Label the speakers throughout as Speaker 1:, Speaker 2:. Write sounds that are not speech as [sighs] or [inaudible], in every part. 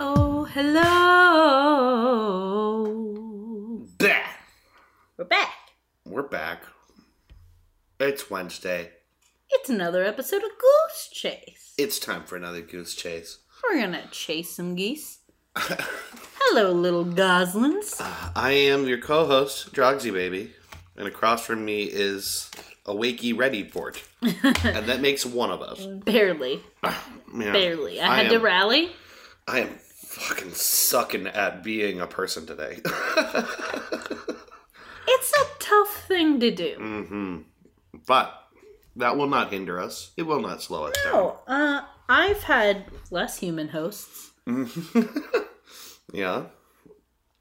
Speaker 1: Oh, We're back.
Speaker 2: We're back. It's Wednesday.
Speaker 1: It's another episode of Goose Chase.
Speaker 2: It's time for another goose chase.
Speaker 1: We're gonna chase some
Speaker 2: [laughs]
Speaker 1: geese. Hello, little goslings.
Speaker 2: I am your co host, Drogsy Baby, and across from me is a wakey ready
Speaker 1: [laughs]
Speaker 2: fort. and that makes one of us.
Speaker 1: Barely,
Speaker 2: Yeah.
Speaker 1: barely. I had
Speaker 2: am,
Speaker 1: to rally.
Speaker 2: I am fucking sucking at being a person today. [laughs]
Speaker 1: It's a tough thing to do.
Speaker 2: Mm. but that will not hinder us, it will not slow us down.
Speaker 1: Oh, uh, I've had less human hosts.
Speaker 2: Yeah.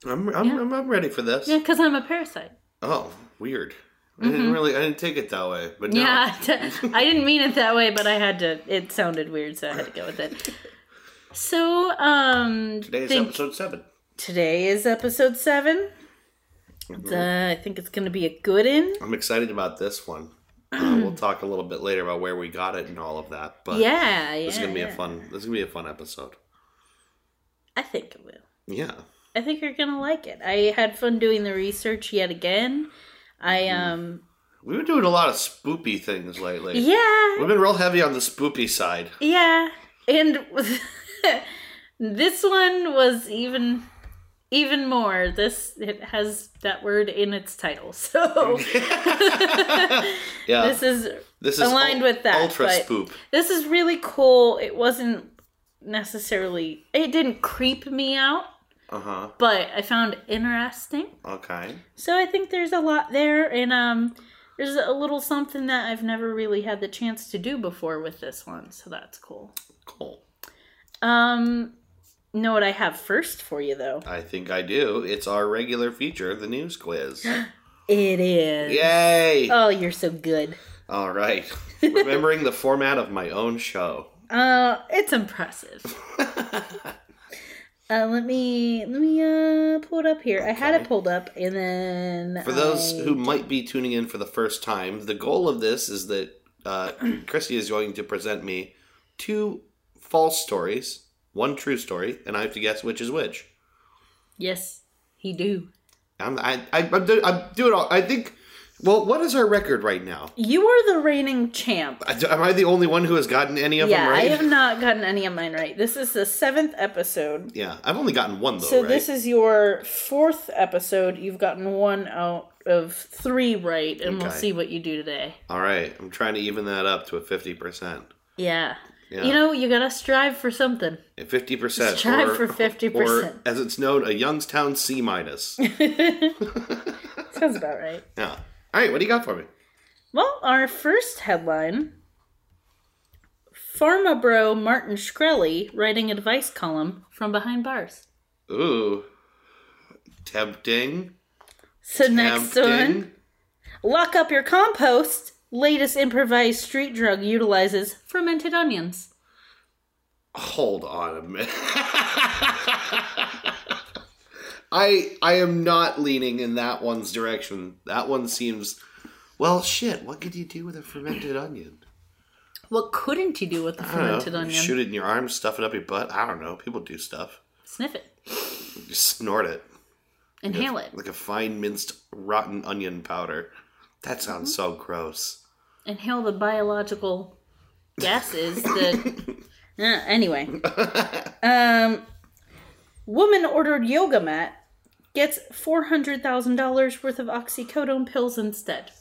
Speaker 2: I'm, I'm, I'm, I'm ready for this.
Speaker 1: Yeah, because I'm a parasite.
Speaker 2: Oh, weird. I didn't really, I didn't take it that way, but no.
Speaker 1: Yeah, [laughs] I didn't mean it that way, but I had to. It sounded weird, so I had to go with
Speaker 2: [laughs]
Speaker 1: it. So, um,
Speaker 2: Today's
Speaker 1: think-
Speaker 2: episode seven.
Speaker 1: today is episode 7
Speaker 2: Mm-hmm.
Speaker 1: It's, uh, I think it's going to be a good in.
Speaker 2: I'm excited about
Speaker 1: [clears throat]
Speaker 2: this one. Uh, we'll talk a little bit later about where we got it and all of that, but
Speaker 1: Yeah, yeah.
Speaker 2: this is gonna be
Speaker 1: yeah.
Speaker 2: a fun. This is gonna be a fun episode.
Speaker 1: I think it will.
Speaker 2: Yeah,
Speaker 1: I think you're gonna like it. I had fun doing the research yet again. I
Speaker 2: Mm-hmm.
Speaker 1: um
Speaker 2: we've been doing a lot of spoopy things lately.
Speaker 1: yeah
Speaker 2: We've been real heavy on the
Speaker 1: [laughs]
Speaker 2: spoopy side.
Speaker 1: yeah, and [laughs] this one was even even more. This it has that word in its title, [laughs]
Speaker 2: [laughs]
Speaker 1: so
Speaker 2: Yeah,
Speaker 1: this is
Speaker 2: this is
Speaker 1: aligned with that.
Speaker 2: ultra
Speaker 1: but
Speaker 2: spoop.
Speaker 1: This is really cool. It wasn't necessarily. It didn't creep me out,
Speaker 2: Uh huh.
Speaker 1: but I found interesting.
Speaker 2: Okay.
Speaker 1: So I think there's a lot there, and um, there's a little something that I've never really had the chance to do before with this one, so that's cool.
Speaker 2: Cool.
Speaker 1: Um, know what I have first for you though?
Speaker 2: I think I do. It's our regular feature, the
Speaker 1: [gasps]
Speaker 2: news quiz.
Speaker 1: It is.
Speaker 2: Yay!
Speaker 1: Oh, you're so good.
Speaker 2: All right. Remembering the format of my own show. [laughs]
Speaker 1: Uh, it's impressive. Uh, let me let me uh pull it up here. I had it pulled up, and then
Speaker 2: For those who might be tuning in for the first time, the goal of this is that uh, [clears throat] Christy is going to present me two false stories, one true story, and I have to guess which is which.
Speaker 1: yes, he do.
Speaker 2: I'm, I, I, I'm, do, I'm doing all. I think. Well, what is our record right now?
Speaker 1: You are the reigning champ.
Speaker 2: I- Am I the only one who has gotten any of
Speaker 1: Yeah,
Speaker 2: them right?
Speaker 1: I have not gotten any of mine right. This is the seventh episode.
Speaker 2: Yeah, I've only gotten one though.
Speaker 1: So
Speaker 2: Oh, right?
Speaker 1: this is your fourth episode. You've gotten one out of three right, and we'll
Speaker 2: Okay.
Speaker 1: see what you do today.
Speaker 2: all right. I'm trying to even that up to a fifty percent.
Speaker 1: Yeah.
Speaker 2: Yeah.
Speaker 1: You know, you gotta strive for something.
Speaker 2: Fifty percent.
Speaker 1: Strive for 50%.
Speaker 2: As it's known, a Youngstown
Speaker 1: [laughs]
Speaker 2: C minus.
Speaker 1: Sounds about right.
Speaker 2: yeah. All right. What do you got for me?
Speaker 1: Well, our first headline Pharma bro Martin Shkreli writing advice column from behind bars.
Speaker 2: Ooh. Tempting.
Speaker 1: So, next
Speaker 2: Tempting.
Speaker 1: one Lock up your compost. Latest improvised street drug utilizes fermented onions.
Speaker 2: Hold on a minute. [laughs] I I am not leaning in that one's direction. That one seems well shit, what could you do with a fermented onion?
Speaker 1: What couldn't you do with the
Speaker 2: I don't know.
Speaker 1: fermented onion?
Speaker 2: Shoot it in your arm, stuff it up your butt. I don't know. People do stuff.
Speaker 1: Sniff it.
Speaker 2: You snort it.
Speaker 1: Inhale it.
Speaker 2: Like a fine minced rotten onion powder. That sounds so gross.
Speaker 1: Inhale the biological
Speaker 2: [laughs]
Speaker 1: gases that. Uh, anyway. Um, woman ordered yoga mat, gets $400,000 worth of oxycodone pills instead.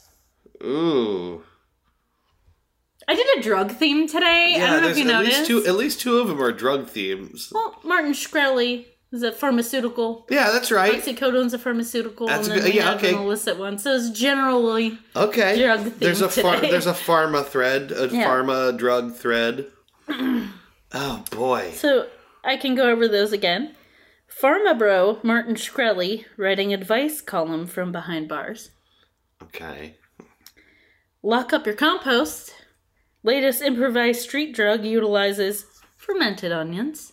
Speaker 2: Ooh.
Speaker 1: I did a drug theme today. I don't know if you
Speaker 2: at
Speaker 1: noticed.
Speaker 2: least two at least two of them are drug themes.
Speaker 1: Well, Martin Shkreli is a pharmaceutical.
Speaker 2: Yeah, that's right.
Speaker 1: Oxycodone's a pharmaceutical,
Speaker 2: That's a
Speaker 1: and then
Speaker 2: good-
Speaker 1: we
Speaker 2: yeah,
Speaker 1: have
Speaker 2: okay.
Speaker 1: an illicit one. So it's generally
Speaker 2: Okay.
Speaker 1: drug theme
Speaker 2: there's a phar-
Speaker 1: today.
Speaker 2: there's a pharma thread, a
Speaker 1: Yeah.
Speaker 2: pharma drug thread. oh boy.
Speaker 1: So I can go over those again. Pharma bro Martin Shkreli writing advice column from behind bars.
Speaker 2: Okay.
Speaker 1: Lock up your compost. Latest improvised street drug utilizes fermented onions.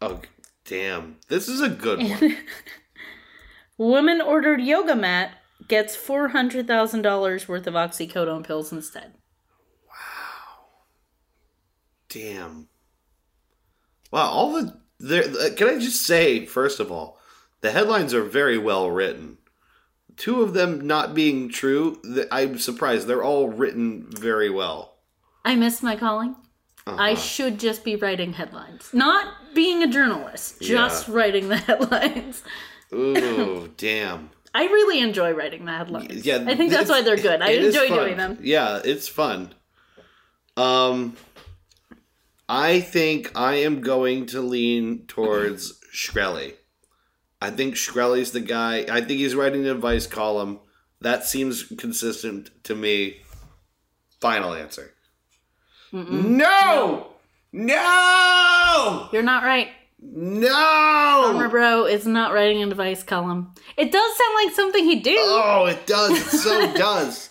Speaker 2: Oh damn. This is a good
Speaker 1: [laughs]
Speaker 2: one.
Speaker 1: Woman ordered yoga mat gets four hundred thousand dollars worth of oxycodone pills instead.
Speaker 2: damn. Wow, all the there uh, can I just say first of all, the headlines are very well written. two of them not being true, th- I'm surprised. They're all written
Speaker 1: [laughs]
Speaker 2: very well.
Speaker 1: I miss my calling. I
Speaker 2: Uh-huh.
Speaker 1: should just be writing headlines, not being a journalist, just writing the [laughs] headlines.
Speaker 2: Ooh, damn.
Speaker 1: I really enjoy writing the headlines.
Speaker 2: Yeah,
Speaker 1: I think that's
Speaker 2: it's-
Speaker 1: why they're good. I
Speaker 2: it is
Speaker 1: enjoy
Speaker 2: fun.
Speaker 1: doing them.
Speaker 2: Yeah, it's fun. Um, I think I am going to lean towards Shkreli. I think Shkreli's the guy. I think he's writing an advice column. That seems consistent to me. Final answer. No! No!
Speaker 1: You're not right. Farmer
Speaker 2: No!
Speaker 1: Bro is not writing an advice column. It does sound like something he'd do.
Speaker 2: Oh, it does. It
Speaker 1: [laughs]
Speaker 2: so does.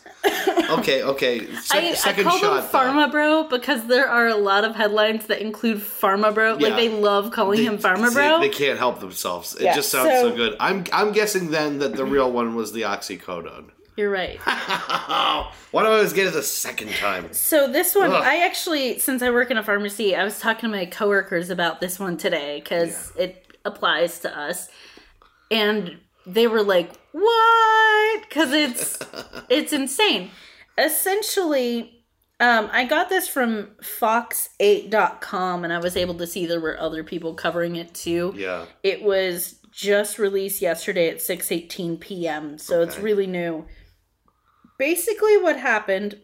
Speaker 2: Okay, okay. Sec-
Speaker 1: I, I
Speaker 2: second
Speaker 1: call them
Speaker 2: shot. though.
Speaker 1: Pharma Bro because there are a lot of headlines that include Pharma Bro. Like
Speaker 2: Yeah.
Speaker 1: they love calling him Pharma
Speaker 2: they-
Speaker 1: Bro.
Speaker 2: They, can't help themselves. It
Speaker 1: Yeah,
Speaker 2: just sounds so,
Speaker 1: so-
Speaker 2: good. I'm I'm guessing then that the real one was the oxycodone. [laughs]
Speaker 1: You're right.
Speaker 2: Why do I always get it the second time?
Speaker 1: So this one,
Speaker 2: Ugh.
Speaker 1: I actually, since I work in a pharmacy, I was talking to my coworkers about this one today because it applies to us, and they were like, "What?" Because
Speaker 2: [laughs]
Speaker 1: it's it's insane. Essentially, um, I got this from Fox8.com, and I was able to see there were other people covering it too.
Speaker 2: Yeah.
Speaker 1: It was just released yesterday at 6:18 p.m., so it's
Speaker 2: Okay.
Speaker 1: really new. Basically what happened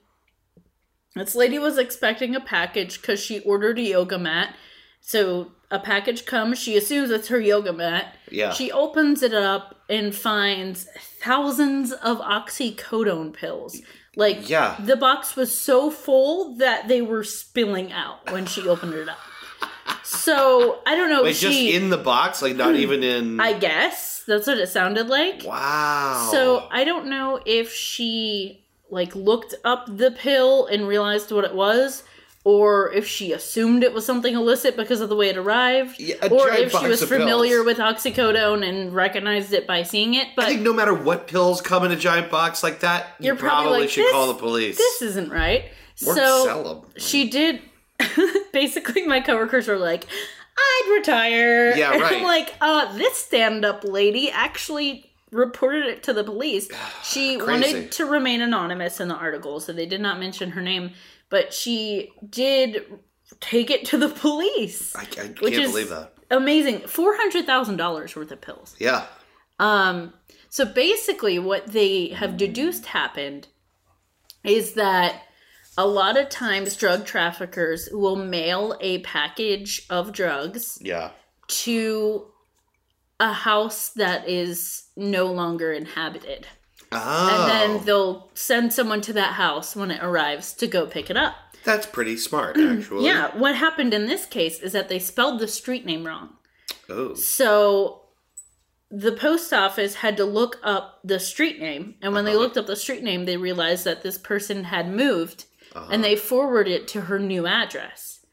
Speaker 1: this lady was expecting a package cuz she ordered a yoga mat. So a package comes, she assumes it's her yoga mat.
Speaker 2: Yeah.
Speaker 1: She opens it up and finds thousands of oxycodone pills. Like
Speaker 2: Yeah.
Speaker 1: the box was so full that they were spilling out when she opened it up. So I don't know.
Speaker 2: Wait,
Speaker 1: if she,
Speaker 2: just in the box, like not even in.
Speaker 1: Oh, Hmm. I guess that's what it sounded like.
Speaker 2: wow.
Speaker 1: So I don't know if she like looked up the pill and realized what it was, or if she assumed it was something illicit because of the way it arrived,
Speaker 2: Yeah, a
Speaker 1: or
Speaker 2: giant
Speaker 1: if
Speaker 2: box
Speaker 1: she was
Speaker 2: of
Speaker 1: familiar
Speaker 2: pills.
Speaker 1: with oxycodone and recognized it by seeing it.
Speaker 2: I
Speaker 1: But
Speaker 2: think no matter what pills come in a giant box like that, you
Speaker 1: You're probably like,
Speaker 2: should
Speaker 1: "This-
Speaker 2: call the police.
Speaker 1: this isn't right.
Speaker 2: or
Speaker 1: so
Speaker 2: sell them.
Speaker 1: she did. [laughs] basically, my coworkers were like. I'd retire.
Speaker 2: Yeah,
Speaker 1: and
Speaker 2: right.
Speaker 1: I'm like, uh, this stand-up lady actually reported it to the
Speaker 2: [sighs]
Speaker 1: police. She
Speaker 2: Crazy.
Speaker 1: wanted to remain anonymous in the article, so they did not mention her name, but she did take it to the police.
Speaker 2: I, I can't
Speaker 1: which is-
Speaker 2: believe that.
Speaker 1: Amazing. $400,000 worth of pills.
Speaker 2: Yeah.
Speaker 1: Um, so basically, what they have deduced happened is that a lot of times drug traffickers will mail a package of drugs
Speaker 2: Yeah.
Speaker 1: to a house that is no longer inhabited.
Speaker 2: Oh.
Speaker 1: And then they'll send someone to that house when it arrives to go pick it up.
Speaker 2: that's pretty smart,
Speaker 1: [clears throat]
Speaker 2: actually.
Speaker 1: Yeah, what happened in this case is that they spelled the street name wrong.
Speaker 2: Oh.
Speaker 1: So the post office had to look up the street name. And when they
Speaker 2: Uh-huh.
Speaker 1: looked up the street name, they realized that this person had moved
Speaker 2: Uh-huh.
Speaker 1: and they forwarded it to her new address.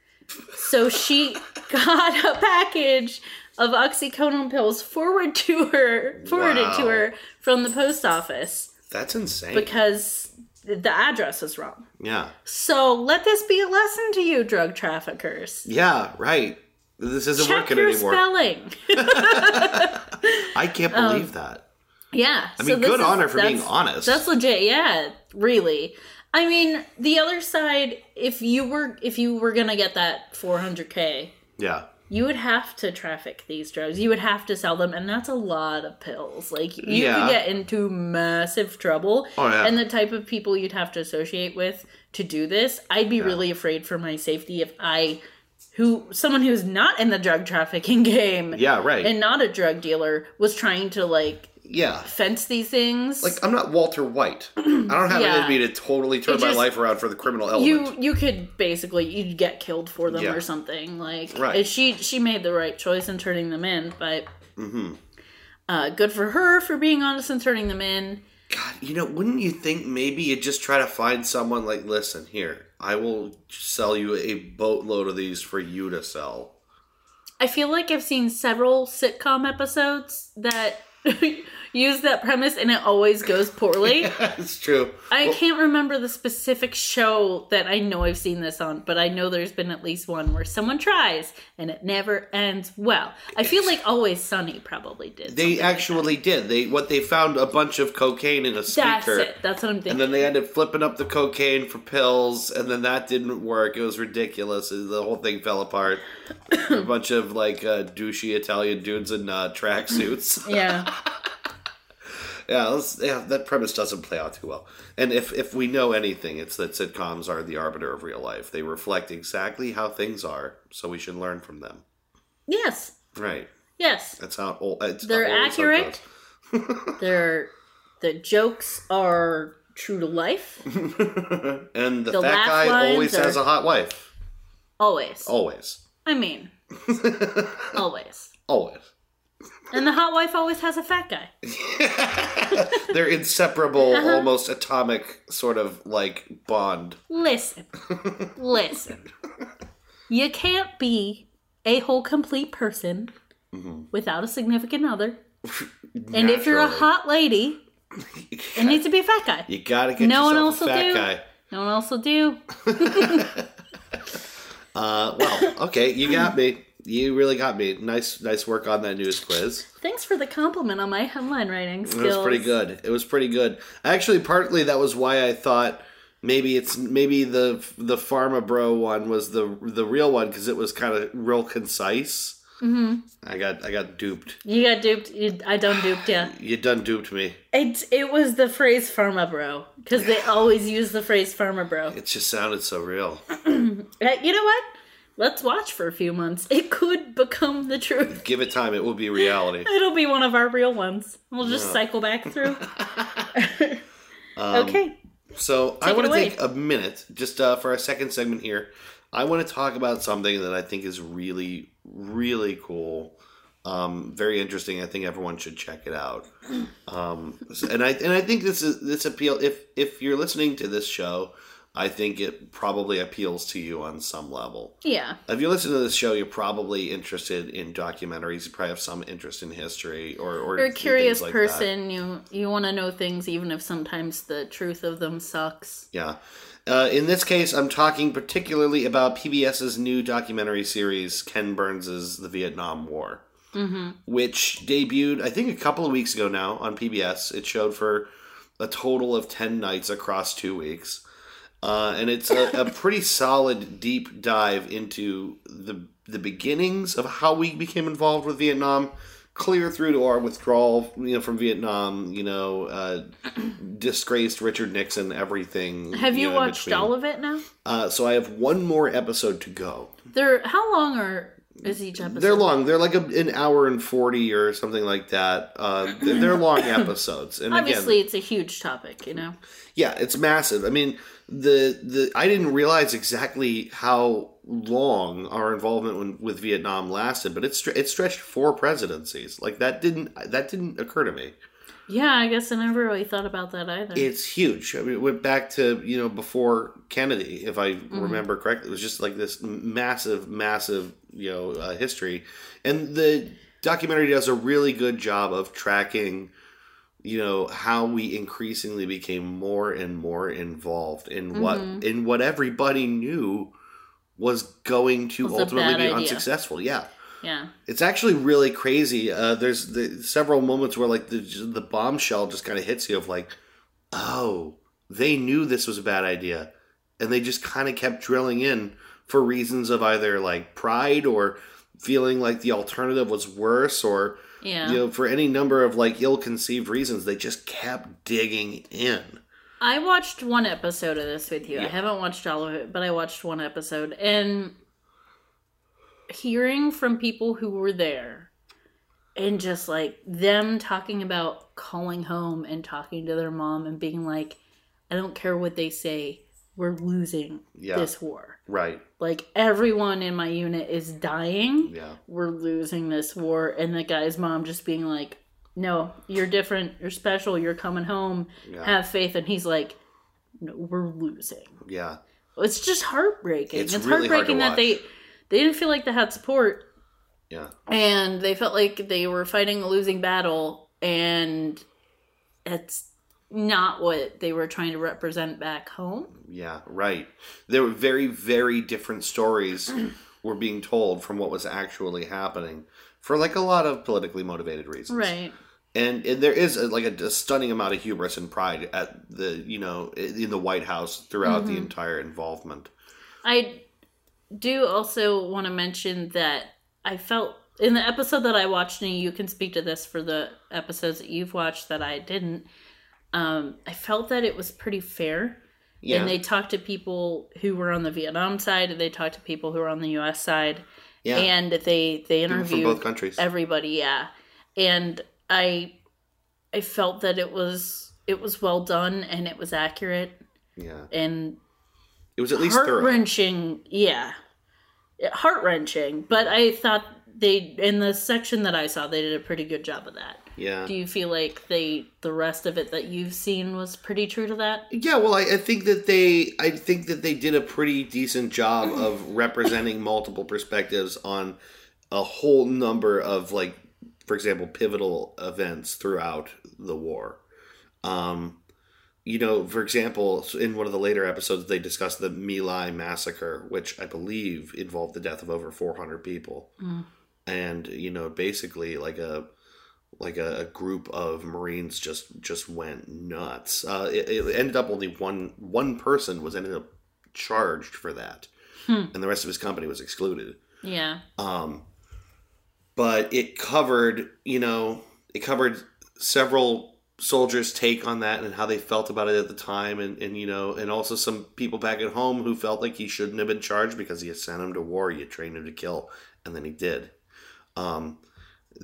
Speaker 1: So she [laughs] got a package of oxycodone pills forward to her forwarded to
Speaker 2: Wow.
Speaker 1: her from the post office
Speaker 2: That's insane.
Speaker 1: because the address was wrong.
Speaker 2: yeah.
Speaker 1: So let this be a lesson to you drug traffickers.
Speaker 2: Yeah, right. This isn't
Speaker 1: Check
Speaker 2: working
Speaker 1: your
Speaker 2: anymore.
Speaker 1: spelling.
Speaker 2: I can't
Speaker 1: Oh.
Speaker 2: believe that.
Speaker 1: Yeah.
Speaker 2: I mean, good on her for being honest.
Speaker 1: That's legit. Yeah, really. I mean, the other side, if you were if you were gonna get that 400k,
Speaker 2: Yeah.
Speaker 1: you would have to traffic these drugs. You would have to sell them, and that's a lot of pills. Like you
Speaker 2: Yeah.
Speaker 1: could get into massive trouble.
Speaker 2: Oh, yeah.
Speaker 1: And the type of people you'd have to associate with to do this, I'd be really afraid for my safety if I, who someone who's not in the drug trafficking [laughs] game,
Speaker 2: Yeah, right.
Speaker 1: and not a drug dealer, was trying to like
Speaker 2: yeah.
Speaker 1: fence these things.
Speaker 2: Like, I'm not Walter
Speaker 1: [clears throat]
Speaker 2: White. I don't have it in
Speaker 1: Yeah.
Speaker 2: me to totally turn
Speaker 1: It
Speaker 2: my
Speaker 1: just-
Speaker 2: life around for the criminal element.
Speaker 1: you you could basically you'd get killed for them
Speaker 2: Yeah.
Speaker 1: or something like
Speaker 2: Right.
Speaker 1: she she made the right choice in turning them in but
Speaker 2: Mm-hmm.
Speaker 1: uh, good for her for being honest and turning them in
Speaker 2: God, you know, wouldn't you think maybe you just try to find someone like, listen, here, I will sell you a boatload of these for you to sell. [laughs]
Speaker 1: i feel like i've seen several sitcom episodes that [laughs] used that premise and it always goes poorly.
Speaker 2: it's true.
Speaker 1: I
Speaker 2: Well,
Speaker 1: can't remember the specific show that I know I've seen this on, but I know there's been at least one where someone tries and it never ends well. I feel like Always Sunny probably did.
Speaker 2: They actually did. They what they found a bunch of cocaine in a speaker.
Speaker 1: That's it. That's what I'm
Speaker 2: And
Speaker 1: thinking.
Speaker 2: then they ended up flipping up the cocaine for pills, and then that didn't work. It was ridiculous. The whole thing fell apart.
Speaker 1: [coughs]
Speaker 2: a bunch of like uh, douchey Italian dudes in uh,
Speaker 1: [laughs]
Speaker 2: tracksuits.
Speaker 1: yeah.
Speaker 2: [laughs] yeah, let's, yeah, that premise doesn't play out too well. And if if we know anything, it's that sitcoms are the arbiter of real life. They reflect exactly how things are, so we should learn from them.
Speaker 1: Yes.
Speaker 2: Right.
Speaker 1: Yes.
Speaker 2: That's how old. It's
Speaker 1: They're
Speaker 2: how old it's
Speaker 1: accurate. They're the jokes are true to life.
Speaker 2: [laughs] about. [laughs] and the,
Speaker 1: The
Speaker 2: fat
Speaker 1: laugh
Speaker 2: guy
Speaker 1: lines
Speaker 2: always
Speaker 1: are-
Speaker 2: has a hot wife.
Speaker 1: Always.
Speaker 2: Always.
Speaker 1: I
Speaker 2: [laughs]
Speaker 1: mean, always.
Speaker 2: Always.
Speaker 1: And the hot wife always has a fat guy.
Speaker 2: [laughs] They're inseparable,
Speaker 1: Uh-huh.
Speaker 2: almost atomic sort of like bond.
Speaker 1: Listen, listen. You can't be a whole complete person without a significant other. And if you're a
Speaker 2: Naturally.
Speaker 1: hot
Speaker 2: [laughs]
Speaker 1: lady, it needs to be a fat guy.
Speaker 2: you gotta get
Speaker 1: No
Speaker 2: yourself
Speaker 1: one
Speaker 2: a
Speaker 1: else will
Speaker 2: fat
Speaker 1: do.
Speaker 2: guy.
Speaker 1: No one else will do.
Speaker 2: Uh, well, okay, you got me. You really got me. Nice, nice work on that news quiz.
Speaker 1: Thanks for the compliment on my headline writing skills.
Speaker 2: It was pretty good. It was pretty good. Actually, partly that was why I thought maybe it's maybe the the pharma bro one was the the real one because it was kind of real concise. Mm-hmm. I got I got duped.
Speaker 1: You got duped. You, I done duped [sighs] ya.
Speaker 2: You done duped me.
Speaker 1: It it was the phrase "pharma bro" because they always use the phrase "pharma bro."
Speaker 2: It just sounded so real.
Speaker 1: Uh, You know what? Let's watch for a few months. It could become the truth. [laughs]
Speaker 2: Give it time; it will be reality.
Speaker 1: It'll be one of our real ones. We'll just cycle
Speaker 2: [laughs]
Speaker 1: back through.
Speaker 2: Um,
Speaker 1: okay.
Speaker 2: So I
Speaker 1: Take it
Speaker 2: want to
Speaker 1: away.
Speaker 2: take a minute just uh, for our second segment here. I want to talk about something that I think is really, really cool, um, very interesting. I think everyone should check
Speaker 1: [clears throat]
Speaker 2: it out. Um, and I and I think this is this appeal. If if you're listening to this show, I think it probably appeals to you on some level.
Speaker 1: Yeah.
Speaker 2: If you listen to this show, you're probably interested in documentaries. You probably have some interest in history or or,
Speaker 1: You're a
Speaker 2: things
Speaker 1: curious
Speaker 2: like that.
Speaker 1: person. You you want to know things even if sometimes the truth of them sucks.
Speaker 2: Yeah. Uh, in this case, I'm talking particularly about PBS's new documentary series, Ken Burns' The Vietnam War,
Speaker 1: Mm-hmm.
Speaker 2: which debuted, I think, a couple of weeks ago now on PBS. It showed for a total of 10 nights across two weeks. Uh, and it's a,
Speaker 1: [laughs]
Speaker 2: a pretty solid deep dive into the, the beginnings of how we became involved with Vietnam, clear through to our withdrawal you know, from Vietnam, you know, uh,
Speaker 1: [clears throat]
Speaker 2: disgraced Richard Nixon, everything.
Speaker 1: Have you
Speaker 2: know, in
Speaker 1: watched
Speaker 2: between.
Speaker 1: all of it now?
Speaker 2: Uh, so I have one more episode to go.
Speaker 1: They're how long are is each episode?
Speaker 2: They're long. They're like a, an hour and forty or something like that. Uh,
Speaker 1: [laughs]
Speaker 2: they're, they're long episodes. And
Speaker 1: Obviously,
Speaker 2: again,
Speaker 1: it's a huge topic. You know.
Speaker 2: yeah, it's massive. I mean, the the I didn't realize exactly how long our involvement when, with Vietnam lasted, but it's it stretched four presidencies. Like that didn't that didn't occur to me.
Speaker 1: Yeah, I guess I never really thought about that either.
Speaker 2: It's huge. I mean, it went back to you know before Kennedy, if I
Speaker 1: Mm-hmm.
Speaker 2: remember correctly. It was just like this massive, massive you know uh, history, and the documentary does a really good job of tracking, you know, how we increasingly became more and more involved in
Speaker 1: Mm-hmm.
Speaker 2: what in what everybody knew was going to
Speaker 1: Was a
Speaker 2: ultimately
Speaker 1: bad
Speaker 2: be
Speaker 1: idea.
Speaker 2: unsuccessful. Yeah.
Speaker 1: yeah.
Speaker 2: It's actually really crazy. Uh, there's the, several moments where like the the bombshell just kind of hits you of like, oh, they knew this was a bad idea, and they just kind of kept drilling in for reasons of either like pride or feeling like the alternative was worse or
Speaker 1: Yeah.
Speaker 2: you know for any number of like ill-conceived reasons they just kept digging in
Speaker 1: I watched one episode of this with you. I
Speaker 2: Yeah.
Speaker 1: haven't watched all of it, but I watched one episode. And hearing from people who were there and just like them talking about calling home and talking to their mom and being like, I don't care what they say, we're losing
Speaker 2: Yeah.
Speaker 1: this war.
Speaker 2: right
Speaker 1: Like everyone in my unit is dying.
Speaker 2: yeah
Speaker 1: We're losing this war. And the guy's mom just being like, No, you're different. You're special. You're coming home
Speaker 2: yeah
Speaker 1: have faith and he's like no, we're losing
Speaker 2: yeah
Speaker 1: it's just heartbreaking
Speaker 2: It's
Speaker 1: it's,
Speaker 2: really hard to
Speaker 1: heartbreaking that they
Speaker 2: watch.
Speaker 1: they didn't feel like they had support
Speaker 2: yeah
Speaker 1: and they felt like they were fighting a losing battle and it's not what they were trying to represent back home.
Speaker 2: Yeah, right. There were very, very different
Speaker 1: [clears throat]
Speaker 2: stories were being told from what was actually happening for like a lot of politically motivated reasons.
Speaker 1: Right.
Speaker 2: And, and there is a, like a, a stunning amount of hubris and pride at the, you know, i- in the White House throughout
Speaker 1: Mm-hmm.
Speaker 2: the entire involvement.
Speaker 1: I do also want to mention that I felt in the episode that I watched, and you can speak to this for the episodes that you've watched that I didn't. Um, I felt that it was pretty fair.
Speaker 2: Yeah.
Speaker 1: And they talked to people who were on the Vietnam side, and they talked to people who were on the U.S. side,
Speaker 2: yeah.
Speaker 1: and they they
Speaker 2: People from both
Speaker 1: interviewed
Speaker 2: countries.
Speaker 1: everybody. Yeah, and I I felt that it was it was well done and it was accurate
Speaker 2: yeah.
Speaker 1: and
Speaker 2: It was at least
Speaker 1: heart
Speaker 2: thorough.
Speaker 1: wrenching. Yeah, heart wrenching. But I thought they in the section that I saw they did a pretty good job of that.
Speaker 2: Yeah.
Speaker 1: Do you feel like they the rest of it that you've seen was pretty true to that?
Speaker 2: Yeah, well, I, I think that they, I think that they did a pretty decent job of representing multiple perspectives on a whole number of, like, for example, pivotal events throughout the war. Um, you know, for example, so in one of the later episodes, they discussed the My Lai massacre, which I believe involved the death of over four hundred people,
Speaker 1: Mm.
Speaker 2: and you know, basically like a like a, a group of Marines just just went nuts. Uh, it, it ended up only one one person was ended up charged for that,
Speaker 1: Hmm.
Speaker 2: and the rest of his company was excluded.
Speaker 1: Yeah.
Speaker 2: Um, but it covered, you know, it covered several soldiers' take on that and how they felt about it at the time, and, and you know, and also some people back at home who felt like he shouldn't have been charged because you sent him to war, you trained him to kill, and then he did. Um,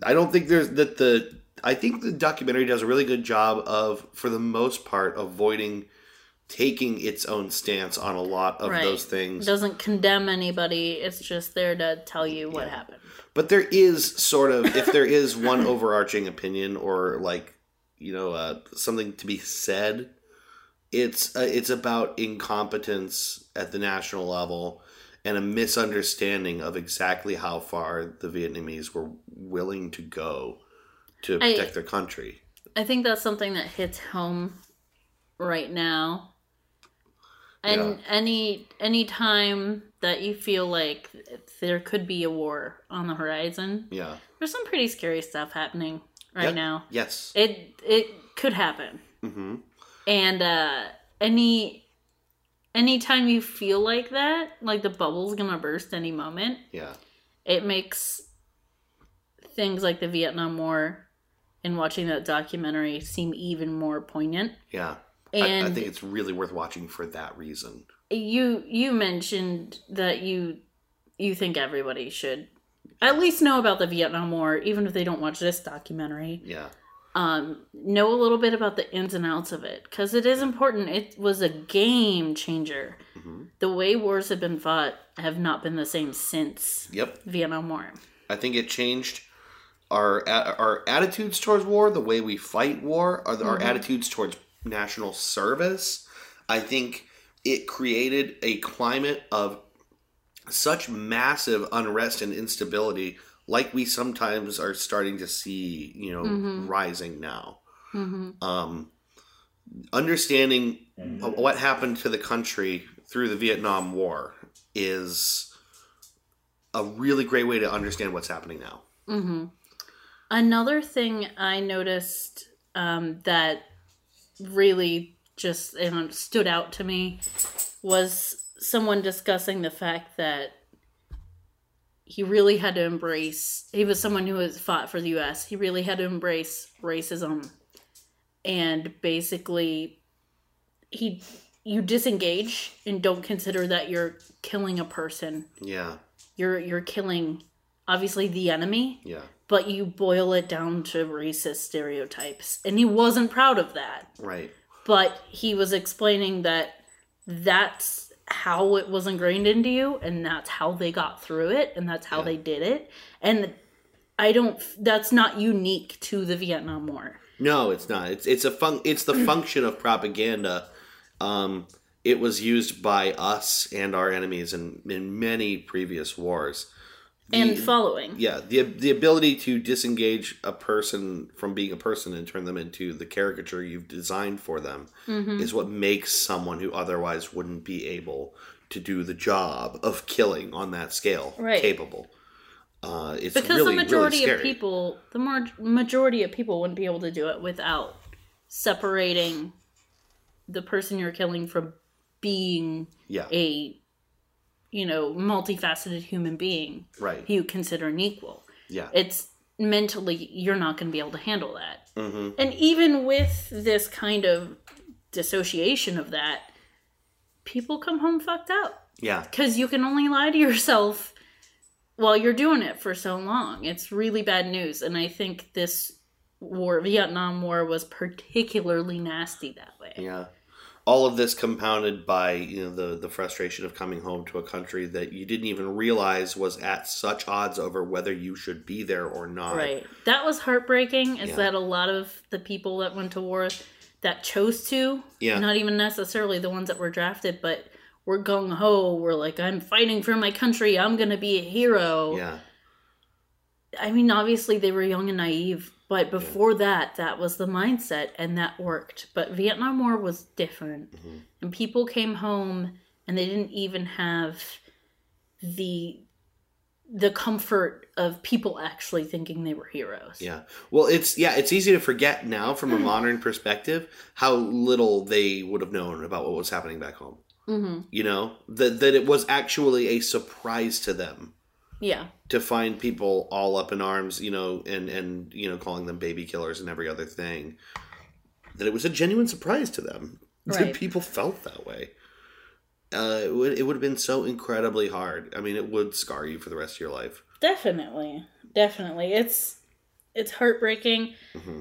Speaker 2: I don't think there's that the. I think the documentary does a really good job of, for the most part, avoiding taking its own stance on a lot of
Speaker 1: Right.
Speaker 2: those things.
Speaker 1: doesn't condemn anybody. It's just there to tell you what happened.
Speaker 2: But there is sort of, if there is one overarching opinion or like, you know, uh, something to be said, it's uh, it's about incompetence at the national level and a misunderstanding of exactly how far the Vietnamese were willing to go to
Speaker 1: I-
Speaker 2: protect their country.
Speaker 1: I think that's something that hits home right now. And any any time that you feel like there could be a war on the horizon,
Speaker 2: Yeah.
Speaker 1: there's some pretty scary stuff happening right
Speaker 2: Yep.
Speaker 1: now.
Speaker 2: Yes.
Speaker 1: It it could happen.
Speaker 2: hmm
Speaker 1: And uh any anytime you feel like that, like the bubble's gonna burst any moment,
Speaker 2: Yeah.
Speaker 1: it makes things like the Vietnam War and watching that documentary seem even more poignant.
Speaker 2: Yeah.
Speaker 1: And
Speaker 2: I, I think it's really worth watching for that reason.
Speaker 1: you you mentioned that you you think everybody should at least know about the Vietnam War, even if they don't watch this documentary.
Speaker 2: Yeah.
Speaker 1: Um, know a little bit about the ins and outs of it because it is important. It was a game changer.
Speaker 2: hmm
Speaker 1: The way wars have been fought have not been the same since
Speaker 2: Yep.
Speaker 1: Vietnam War.
Speaker 2: I think it changed our our attitudes towards war, the way we fight war, our, our
Speaker 1: Mhm.
Speaker 2: attitudes towards national service. I think it created a climate of such massive unrest and instability, like we sometimes are starting to see, you know,
Speaker 1: Mhm.
Speaker 2: rising now
Speaker 1: Mm-hmm.
Speaker 2: um, understanding what happened to the country through the Vietnam War is a really great way to understand what's happening now.
Speaker 1: Mm-hmm. Another thing I noticed um, that really just you know, stood out to me was someone discussing the fact that he really had to embrace. He was someone who has fought for the U.S. He really had to embrace racism, and basically, he you disengage and don't consider that you're killing a person.
Speaker 2: Yeah,
Speaker 1: You're you're killing obviously the enemy
Speaker 2: yeah,
Speaker 1: but you boil it down to racist stereotypes. And he wasn't proud of that,
Speaker 2: right.
Speaker 1: but he was explaining that that's how it was ingrained into you, and that's how they got through it, and that's how
Speaker 2: Yeah.
Speaker 1: they did it. And I don't, that's not unique to the Vietnam War.
Speaker 2: No, it's not. It's it's a fun. It's the function of propaganda. Um, it was used by us and our enemies in in many previous wars.
Speaker 1: and following.
Speaker 2: yeah the the ability to disengage a person from being a person and turn them into the caricature you've designed for them
Speaker 1: Mm-hmm.
Speaker 2: is what makes someone who otherwise wouldn't be able to do the job of killing on that scale
Speaker 1: Right.
Speaker 2: capable. Uh, it's
Speaker 1: Because
Speaker 2: really,
Speaker 1: the majority
Speaker 2: really scary.
Speaker 1: of people, the mar- majority of people wouldn't be able to do it without separating the person you're killing from being
Speaker 2: yeah,
Speaker 1: a, you know, multifaceted human being
Speaker 2: right,
Speaker 1: who you consider an equal.
Speaker 2: yeah,
Speaker 1: It's mentally you're not going to be able to handle that.
Speaker 2: hmm
Speaker 1: And even with this kind of dissociation of that, people come home fucked up
Speaker 2: yeah,
Speaker 1: because you can only lie to yourself while you're doing it for so long. It's really bad news. And I think this war, Vietnam War, was particularly nasty that way.
Speaker 2: yeah. All of this compounded by you know the the frustration of coming home to a country that you didn't even realize was at such odds over whether you should be there or not.
Speaker 1: Right. That was heartbreaking is
Speaker 2: Yeah.
Speaker 1: that a lot of the people that went to war that chose to,
Speaker 2: Yeah.
Speaker 1: not even necessarily the ones that were drafted, but were gung ho, were like, I'm fighting for my country, I'm going to be a hero.
Speaker 2: Yeah.
Speaker 1: I mean, obviously they were young and naive, but before that, that was the mindset and that worked. But Vietnam War was different.
Speaker 2: Mhm.
Speaker 1: And people came home and they didn't even have the the comfort of people actually thinking they were heroes.
Speaker 2: Yeah. Well, it's yeah, it's easy to forget now from a modern perspective how little they would have known about what was happening back home.
Speaker 1: hmm
Speaker 2: You know, that that it was actually a surprise to them
Speaker 1: Yeah.
Speaker 2: to find people all up in arms, you know, and and you know calling them baby killers and every other thing. That it was a genuine surprise to them
Speaker 1: Right.
Speaker 2: that people felt that way. Uh, it would it would have been so incredibly hard. I mean, it would scar you for the rest of your life.
Speaker 1: Definitely. Definitely. It's it's heartbreaking.
Speaker 2: hmm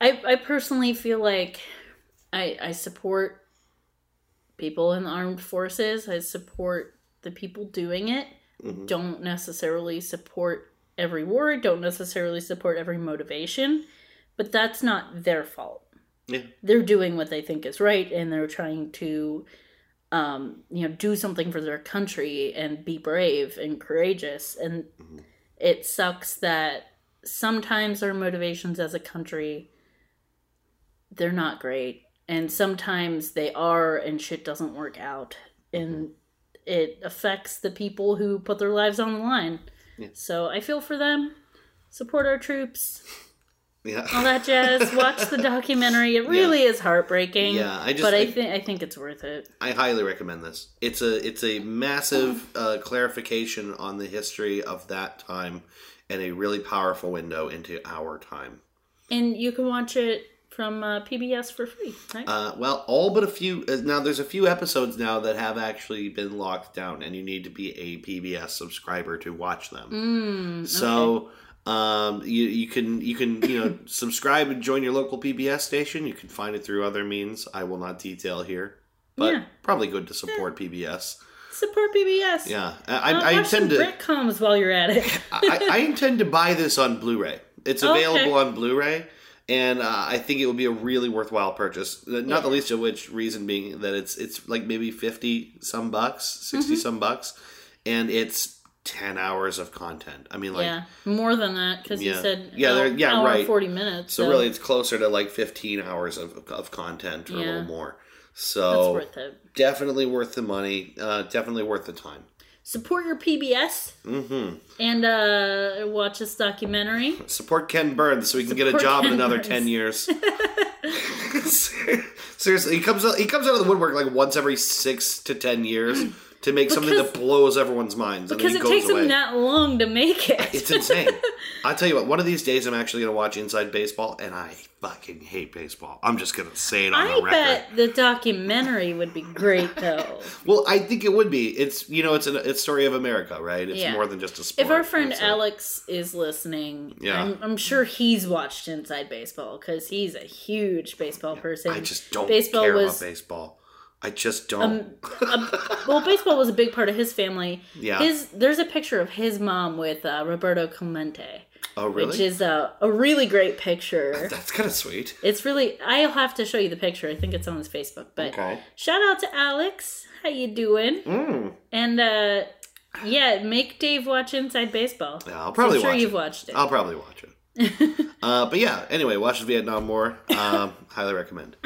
Speaker 1: I I personally feel like I I support people in the armed forces. I support the people doing it.
Speaker 2: Mhm.
Speaker 1: Don't necessarily support every war, don't necessarily support every motivation, but that's not their fault.
Speaker 2: Yeah.
Speaker 1: They're doing what they think is right and they're trying to um, you know, do something for their country and be brave and courageous. And
Speaker 2: Mhm.
Speaker 1: it sucks that sometimes our motivations as a country they're not great, and sometimes they are, and shit doesn't work out, and it affects the people who put their lives on the line.
Speaker 2: Yeah.
Speaker 1: So I feel for them. Support our troops,
Speaker 2: Yeah. [laughs]
Speaker 1: all that jazz. Watch the documentary. It really is heartbreaking.
Speaker 2: Yeah, I just-
Speaker 1: but I,
Speaker 2: I-
Speaker 1: think I think it's worth it.
Speaker 2: I highly recommend this. It's a it's a massive uh, clarification on the history of that time, and a really powerful window into our time.
Speaker 1: And you can watch it from uh, PBS for free, right?
Speaker 2: Uh, well, all but a few. Uh, now, there's a few episodes now that have actually been locked down, and you need to be a PBS subscriber to watch them.
Speaker 1: mm, okay.
Speaker 2: So um, you you can you can
Speaker 1: [laughs]
Speaker 2: you know subscribe and join your local PBS station. You can find it through other means. I will not detail here, but
Speaker 1: Yeah.
Speaker 2: probably good to support PBS.
Speaker 1: support PBS.
Speaker 2: Yeah, I,
Speaker 1: Uh,
Speaker 2: I, I
Speaker 1: watch some
Speaker 2: intend to.
Speaker 1: Britcoms while you're at it.
Speaker 2: I, I intend to buy this on Blu-ray. It's
Speaker 1: Okay.
Speaker 2: available on Blu-ray, and uh, I think it would be a really worthwhile purchase. Not the least of which reason being that it's it's like maybe fifty some bucks, 60
Speaker 1: Mm-hmm.
Speaker 2: some bucks, and it's ten hours of content. I mean, [laughs] like
Speaker 1: yeah, more than that because you
Speaker 2: Yeah.
Speaker 1: said
Speaker 2: Yeah,
Speaker 1: hour,
Speaker 2: they're- yeah,
Speaker 1: hour and
Speaker 2: right.
Speaker 1: forty minutes.
Speaker 2: so, really, it's closer to like fifteen hours of of content or a
Speaker 1: Yeah.
Speaker 2: little more.
Speaker 1: that's
Speaker 2: So
Speaker 1: worth it.
Speaker 2: definitely worth the money. Uh, definitely worth the time.
Speaker 1: Support your PBS
Speaker 2: hmm
Speaker 1: and uh, watch this
Speaker 2: [laughs]
Speaker 1: documentary.
Speaker 2: Support Ken Burns so he can get a
Speaker 1: Support
Speaker 2: job
Speaker 1: Ken
Speaker 2: in another
Speaker 1: Burns.
Speaker 2: ten
Speaker 1: [laughs]
Speaker 2: years. [laughs] Seriously, he comes out, he comes out of the woodwork like once every six to ten years to make something that
Speaker 1: Because-
Speaker 2: blows everyone's minds, and
Speaker 1: Because
Speaker 2: then
Speaker 1: it
Speaker 2: he goes
Speaker 1: takes
Speaker 2: away.
Speaker 1: them that long to make it. [laughs]
Speaker 2: it's insane. I tell you what, one of these days I'm actually going to watch Inside Baseball, and I fucking hate baseball. I'm just going to say it on
Speaker 1: I
Speaker 2: the record.
Speaker 1: bet the documentary would be
Speaker 2: [laughs]
Speaker 1: great though.
Speaker 2: Well, I think it would be. It's you know, it's an it's story of America, right? It's
Speaker 1: Yeah.
Speaker 2: more than just a sport.
Speaker 1: If our friend
Speaker 2: It's a-
Speaker 1: Alex is listening,
Speaker 2: Yeah.
Speaker 1: I'm, I'm sure he's watched Inside Baseball because he's a huge baseball person.
Speaker 2: I just don't
Speaker 1: baseball
Speaker 2: care
Speaker 1: was-
Speaker 2: about baseball. I just don't. [laughs]
Speaker 1: A- well, baseball was a big part of his family.
Speaker 2: yeah.
Speaker 1: His there's a picture of his mom with uh, Roberto Clemente,
Speaker 2: oh, really?
Speaker 1: which is a, a really great picture.
Speaker 2: That's kind of sweet.
Speaker 1: it's really I'll have to show you the picture. I think it's on his Facebook. But
Speaker 2: Okay.
Speaker 1: shout out to Alex, how you doing?
Speaker 2: Mm.
Speaker 1: And uh, Yeah, make Dave watch Inside Baseball.
Speaker 2: Yeah, I'll probably
Speaker 1: I'm sure
Speaker 2: watch
Speaker 1: you've
Speaker 2: it.
Speaker 1: watched it.
Speaker 2: I'll probably watch it.
Speaker 1: [laughs]
Speaker 2: uh, but yeah, anyway, watch the Vietnam War. Um,
Speaker 1: [clears throat]
Speaker 2: highly recommend.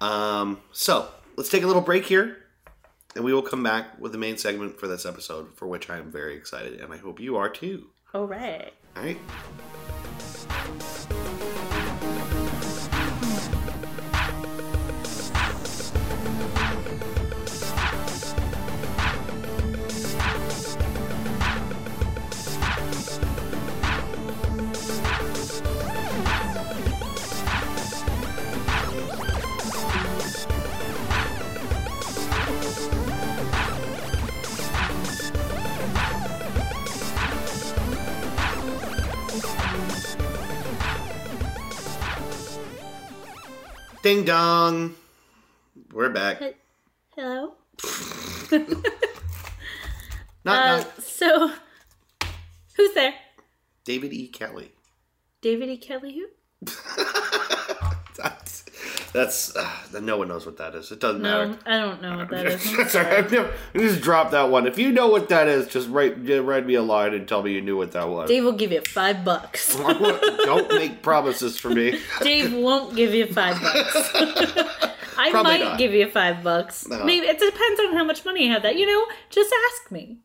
Speaker 2: Um, so let's take a little break here, and we will come back with the main segment for this episode, for which I am very excited, and I hope you are too.
Speaker 1: All right.
Speaker 2: All right. Ding dong. We're back.
Speaker 1: Hey. Hello.
Speaker 2: Knock,
Speaker 1: Uh,
Speaker 2: knock.
Speaker 1: so, who's there?
Speaker 2: David E. Kelly. [laughs]
Speaker 1: David E. Kelly. Who?
Speaker 2: That's, that's uh, no one knows what that is. It doesn't matter.
Speaker 1: No, Um, I don't know what that is. I'm
Speaker 2: [laughs] That's all right. No, Just drop that one. If you know what that is, just write yeah, write me a line and tell me you knew what that
Speaker 1: [laughs]
Speaker 2: was.
Speaker 1: Dave will give you five
Speaker 2: [laughs]
Speaker 1: bucks.
Speaker 2: Don't make promises
Speaker 1: [laughs]
Speaker 2: for me.
Speaker 1: Dave won't give you five
Speaker 2: [laughs]
Speaker 1: bucks. [laughs] I
Speaker 2: Probably
Speaker 1: might
Speaker 2: not.
Speaker 1: give you five bucks.
Speaker 2: No.
Speaker 1: Maybe it depends on how much money you have. That you know, just ask me.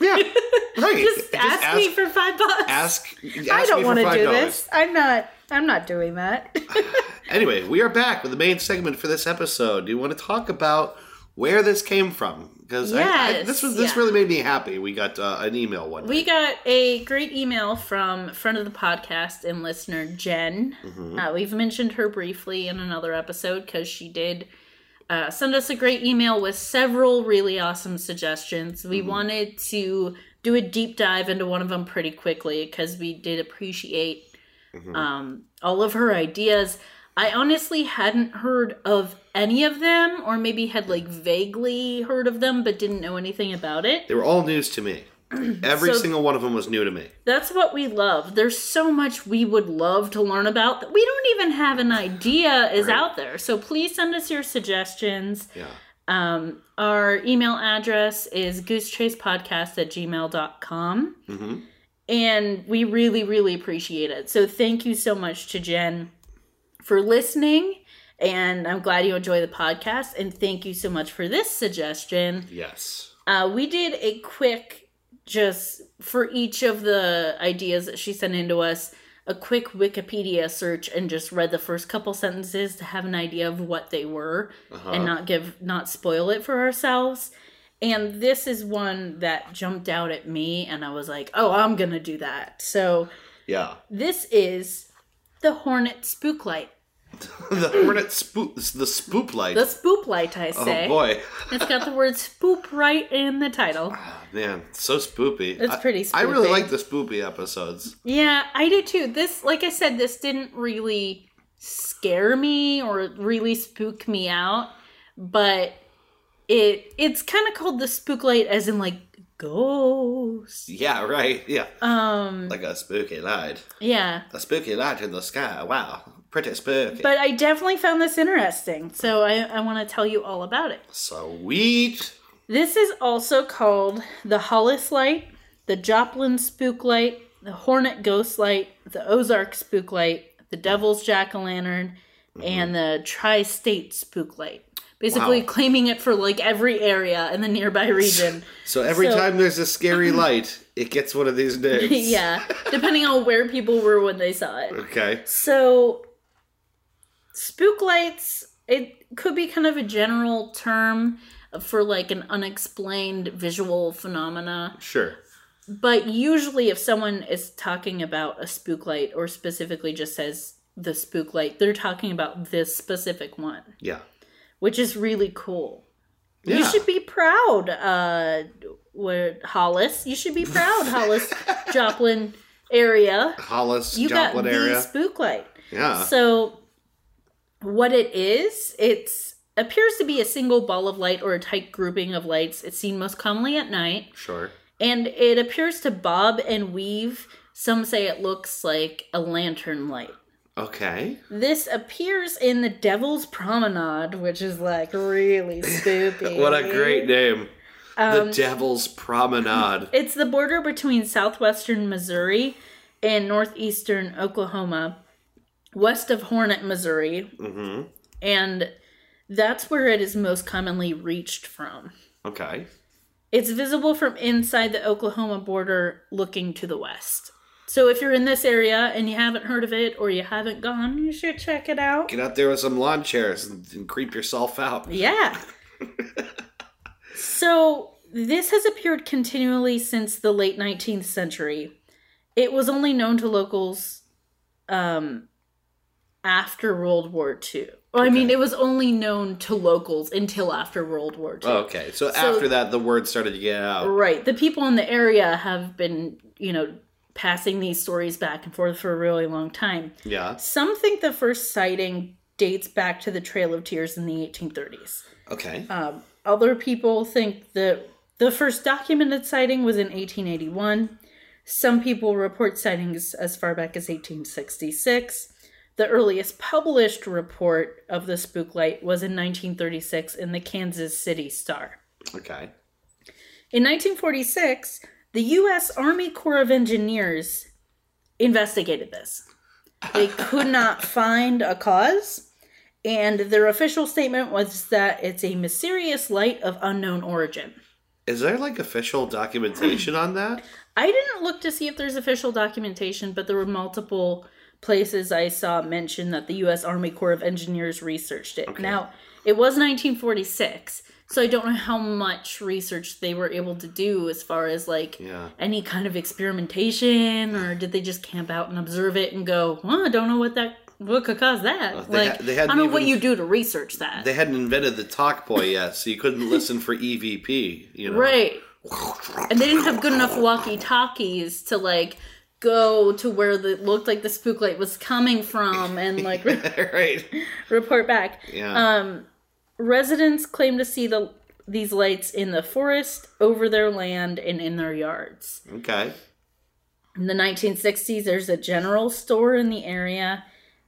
Speaker 2: Yeah, right.
Speaker 1: Just, ask, me for five bucks.
Speaker 2: Ask.
Speaker 1: I don't
Speaker 2: want to
Speaker 1: do this. I'm not. I'm not doing that. [laughs]
Speaker 2: Anyway, we are back with the main segment for this episode. Do you want to talk about where this came from? Because
Speaker 1: Yes,
Speaker 2: this was this
Speaker 1: yeah.
Speaker 2: really made me happy. We got uh, an email one.
Speaker 1: We got a great email from friend of the podcast and listener Jen. Uh, we've mentioned her briefly in another episode because she did uh, send us a great email with several really awesome suggestions. We wanted to do a deep dive into one of them pretty quickly because we did appreciate um, all of her ideas. I honestly hadn't heard of any of them, or maybe had like vaguely heard of them, but didn't know anything about it.
Speaker 2: They were all news
Speaker 1: [clears throat]
Speaker 2: to me. Every
Speaker 1: So-
Speaker 2: single one of them was new to me.
Speaker 1: That's what we love. There's so much we would love to learn about that we don't even have an idea is
Speaker 2: Right.
Speaker 1: out there. So please send us your suggestions.
Speaker 2: Yeah.
Speaker 1: Um, our email address is goosechasepodcast at gmail.com.
Speaker 2: Mm-hmm.
Speaker 1: And we really, really appreciate it. So thank you so much to Jen for listening. And I'm glad you enjoy the podcast. And thank you so much for this suggestion.
Speaker 2: Yes.
Speaker 1: Uh, we did a quick, just for each of the ideas that she sent in to us, a quick Wikipedia search and just read the first couple sentences to have an idea of what they were
Speaker 2: Uh-huh.
Speaker 1: and not give, not spoil it for ourselves. And this is one that jumped out at me, and I was like, oh, I'm gonna do that. So
Speaker 2: yeah.
Speaker 1: this is the Hornet Spook Light.
Speaker 2: the hornet spook, the spoop light.
Speaker 1: The spook light, I say.
Speaker 2: oh boy,
Speaker 1: It's got the word spoop right in the
Speaker 2: [laughs]
Speaker 1: title.
Speaker 2: Ah, man, so spoopy.
Speaker 1: It's
Speaker 2: I-
Speaker 1: pretty
Speaker 2: I really
Speaker 1: spoopy.
Speaker 2: like the spoopy episodes.
Speaker 1: Yeah, I did too. This, like I said, this didn't really scare me or really spook me out, but it it's kind of called the spook light, as in like ghosts.
Speaker 2: Yeah, right. Yeah,
Speaker 1: Um,
Speaker 2: like a spooky light,
Speaker 1: yeah,
Speaker 2: a spooky light in the sky. Wow, pretty spooky.
Speaker 1: but I definitely found this interesting, so I I want to tell you all about it.
Speaker 2: Sweet.
Speaker 1: This is also called the Hollis Light, the Joplin Spook Light, the Hornet Ghost Light, the Ozark Spook Light, the Devil's Jack O' Lantern, and the Tri State Spook Light. Basically,
Speaker 2: Mm-hmm. Wow.
Speaker 1: claiming it for like every area in the
Speaker 2: [laughs]
Speaker 1: nearby region.
Speaker 2: So every
Speaker 1: So-
Speaker 2: time there's
Speaker 1: [clears throat]
Speaker 2: a scary light, it gets one
Speaker 1: [laughs]
Speaker 2: of these names.
Speaker 1: yeah, depending on where people were when they saw it.
Speaker 2: Okay.
Speaker 1: So, spook lights, it could be kind of a general term for like an unexplained visual phenomena.
Speaker 2: Sure.
Speaker 1: But usually, if someone is talking about a spook light or specifically just says the spook light, they're talking about this specific one,
Speaker 2: Yeah.
Speaker 1: which is really cool.
Speaker 2: Yeah.
Speaker 1: You should be proud, uh, what, Hollis. You should be
Speaker 2: [laughs]
Speaker 1: proud, Hollis Joplin area.
Speaker 2: Hollis
Speaker 1: You
Speaker 2: Joplin
Speaker 1: got
Speaker 2: area.
Speaker 1: the spook light.
Speaker 2: yeah.
Speaker 1: So, what it is, it's appears to be a single ball of light or a tight grouping of lights. It's seen most commonly at night
Speaker 2: sure.
Speaker 1: and it appears to bob and weave. Some say it looks like a lantern light.
Speaker 2: Okay.
Speaker 1: This appears in the
Speaker 2: [laughs]
Speaker 1: Devil's Promenade, which is like really spooky.
Speaker 2: What a great name.
Speaker 1: Um,
Speaker 2: the Devil's
Speaker 1: [laughs]
Speaker 2: Promenade.
Speaker 1: It's the border between southwestern Missouri and northeastern Oklahoma, west of Hornet, Missouri.
Speaker 2: Mhm.
Speaker 1: And that's where it is most commonly reached from.
Speaker 2: Okay.
Speaker 1: It's visible from inside the Oklahoma border looking to the west. So if you're in this area and you haven't heard of it or you haven't gone, you should check it out.
Speaker 2: Get out there with some lawn chairs and, and creep yourself out.
Speaker 1: Yeah.
Speaker 2: [laughs]
Speaker 1: so this has appeared continually since the late 19th century. It was only known to locals um, after World War II. Well, I mean,
Speaker 2: Okay.
Speaker 1: it was only known to locals until after World War II.
Speaker 2: Oh, okay. So,
Speaker 1: So-
Speaker 2: after that, the word started to get out.
Speaker 1: Right. The people in the area have been, you know, passing these stories back and forth for a really long time.
Speaker 2: Yeah.
Speaker 1: Some think the first sighting dates back to the Trail of Tears in the 1830s.
Speaker 2: Okay.
Speaker 1: Um, other people think that the first documented sighting was in 1881. Some people report sightings as far back as 1866. The earliest published report of the spook light was in 1936 in the Kansas City Star.
Speaker 2: Okay.
Speaker 1: In 1946, the U.S. Army Corps of Engineers investigated this. They could not find a cause, and their official statement was that it's a mysterious light of unknown origin.
Speaker 2: Is there like official documentation on that?
Speaker 1: I didn't look to see if there's official documentation, but there were multiple places I saw mention that the U.S. Army Corps of Engineers researched it. Now, it was 1946, so I don't know how much research they were able to do as far as like
Speaker 2: Yeah.
Speaker 1: any kind of experimentation, or did they just camp out and observe it and go, well, I don't know what that what could cause that?
Speaker 2: they
Speaker 1: like,
Speaker 2: ha- they hadn't
Speaker 1: I don't know what
Speaker 2: even-
Speaker 1: you do to research that.
Speaker 2: They hadn't invented the talk boy yet, so you couldn't listen for EVP, you know.
Speaker 1: Right. And they didn't have good enough walkie talkies to like go to where the looked like the spook light was coming from and like
Speaker 2: [laughs]
Speaker 1: re-
Speaker 2: [laughs] right.
Speaker 1: report back.
Speaker 2: Yeah.
Speaker 1: Um, residents claim to see the these lights in the forest, over their land, and in their yards.
Speaker 2: okay.
Speaker 1: In the 1960s, there's a general store in the area.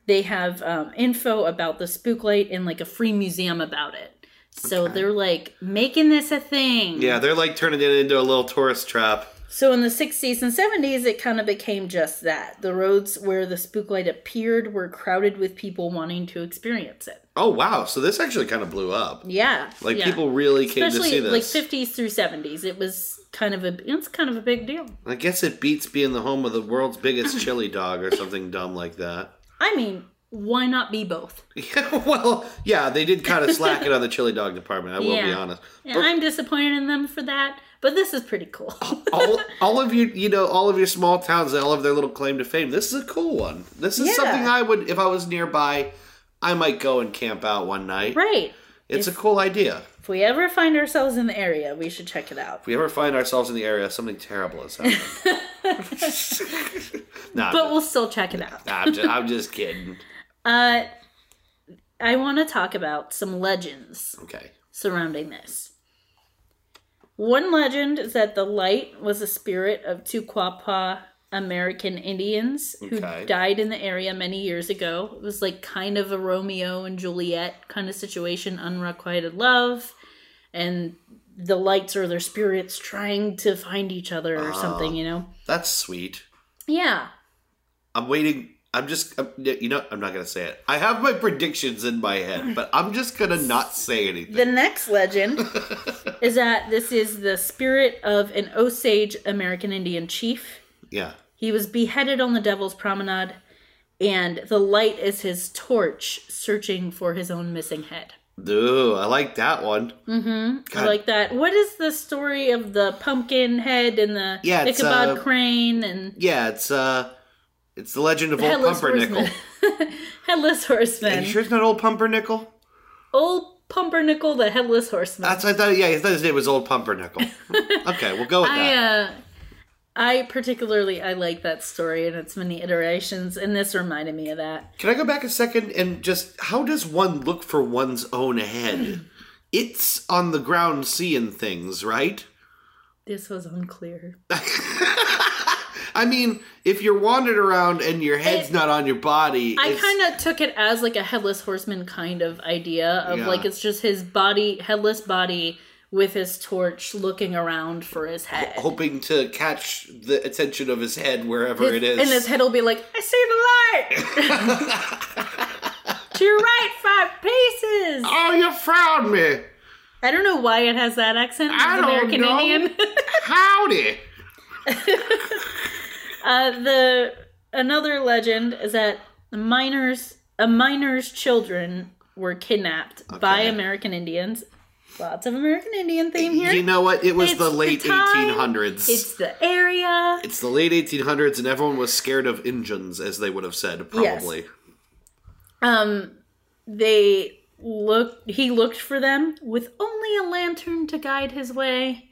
Speaker 1: They have um, info about the spook light and like a free museum about it. So they're like making this a thing.
Speaker 2: Yeah, they're like turning it into a little tourist trap.
Speaker 1: So in the 60s and 70s, it kind of became just that. The roads where the spook light appeared were crowded with people wanting to experience it.
Speaker 2: Oh wow, so this actually kind of blew up.
Speaker 1: Yeah,
Speaker 2: Like
Speaker 1: yeah.
Speaker 2: people really came to see
Speaker 1: especially
Speaker 2: this.
Speaker 1: like 50s through 70s, it was kind of a it's kind of a big deal.
Speaker 2: I guess it beats being the home of the world's biggest chili dog or something dumb like that.
Speaker 1: I mean, why not be both?
Speaker 2: Yeah, [laughs] well, yeah, they did kind of slack it on the chili dog department. I will be
Speaker 1: Yeah.
Speaker 2: honest.
Speaker 1: And I'm disappointed in them for that, but this is pretty cool.
Speaker 2: All, all of you, you know, all of your small towns and all of their little claim to fame. This is a cool one. This is
Speaker 1: Yeah.
Speaker 2: something I would, if I was nearby, I might go and camp out one night.
Speaker 1: right.
Speaker 2: It's a cool idea.
Speaker 1: If we ever find ourselves in the area, we should check it out.
Speaker 2: If we ever find ourselves in the area, something terrible has happened.
Speaker 1: [laughs]
Speaker 2: [laughs] nah,
Speaker 1: But we'll still check it out.
Speaker 2: nah, I'm, just, I'm just kidding.
Speaker 1: Uh I want to talk about some legends
Speaker 2: Okay.
Speaker 1: surrounding this. One legend is that the light was a spirit of Tukwapa American Indians who
Speaker 2: Okay.
Speaker 1: died in the area many years ago. It was like kind of a Romeo and Juliet kind of situation, unrequited love, and the lights are their spirits trying to find each other or something, you know?
Speaker 2: That's sweet.
Speaker 1: Yeah.
Speaker 2: I'm waiting. I'm just, I'm, you know, I'm not going to say it. I have my predictions in my head, but I'm just going to not say anything.
Speaker 1: The next
Speaker 2: [laughs]
Speaker 1: legend is that this is the spirit of an Osage American Indian chief
Speaker 2: Yeah.
Speaker 1: He was beheaded on the Devil's Promenade, and the light is his torch searching for his own missing head.
Speaker 2: Ooh, I like that one.
Speaker 1: I like that. What is the story of the pumpkin head and the
Speaker 2: Yeah, it's,
Speaker 1: Ichabod
Speaker 2: uh,
Speaker 1: crane and
Speaker 2: Yeah, it's uh, it's the
Speaker 1: [laughs]
Speaker 2: legend of old
Speaker 1: headless
Speaker 2: Pumpernickel.
Speaker 1: horseman? [laughs] headless
Speaker 2: Are
Speaker 1: horseman.
Speaker 2: you sure it's not old Pumpernickel?
Speaker 1: Old Pumpernickel, the headless horseman.
Speaker 2: That's I thought. Yeah, I thought his name was old
Speaker 1: [laughs]
Speaker 2: Pumpernickel. okay, we'll go with
Speaker 1: I
Speaker 2: that.
Speaker 1: uh, I particularly I like that story and its many iterations, and this reminded me of that.
Speaker 2: Can I go back a second and just how does one look for one's
Speaker 1: [clears throat]
Speaker 2: own head? it's on the ground seeing things, right?
Speaker 1: This was unclear.
Speaker 2: I mean, if you're wandering around and your head's
Speaker 1: It-
Speaker 2: not on your body,
Speaker 1: I
Speaker 2: it's-
Speaker 1: kind of took it as like a headless horseman kind of idea of
Speaker 2: Yeah.
Speaker 1: like it's just his body, headless body with his torch looking around for his head.
Speaker 2: hoping to catch the attention of his head wherever
Speaker 1: His-
Speaker 2: it is.
Speaker 1: And his head will be like, I see the light!
Speaker 2: [laughs]
Speaker 1: to your right, five paces!
Speaker 2: oh, you found me!
Speaker 1: I don't know why it has that accent.
Speaker 2: I
Speaker 1: It's
Speaker 2: don't
Speaker 1: American
Speaker 2: know.
Speaker 1: Indian. [laughs]
Speaker 2: Howdy!
Speaker 1: uh, the another legend is that miners, a miner's children were kidnapped by
Speaker 2: Okay.
Speaker 1: American Indians. Lots of American Indian theme here.
Speaker 2: You know what? It was
Speaker 1: It's
Speaker 2: the
Speaker 1: the
Speaker 2: late
Speaker 1: time.
Speaker 2: 1800s.
Speaker 1: it's the area.
Speaker 2: It's the late 1800s, and everyone was scared of Injuns, as they would have said, probably.
Speaker 1: Um, they looked. He looked for them with only a lantern to guide his way,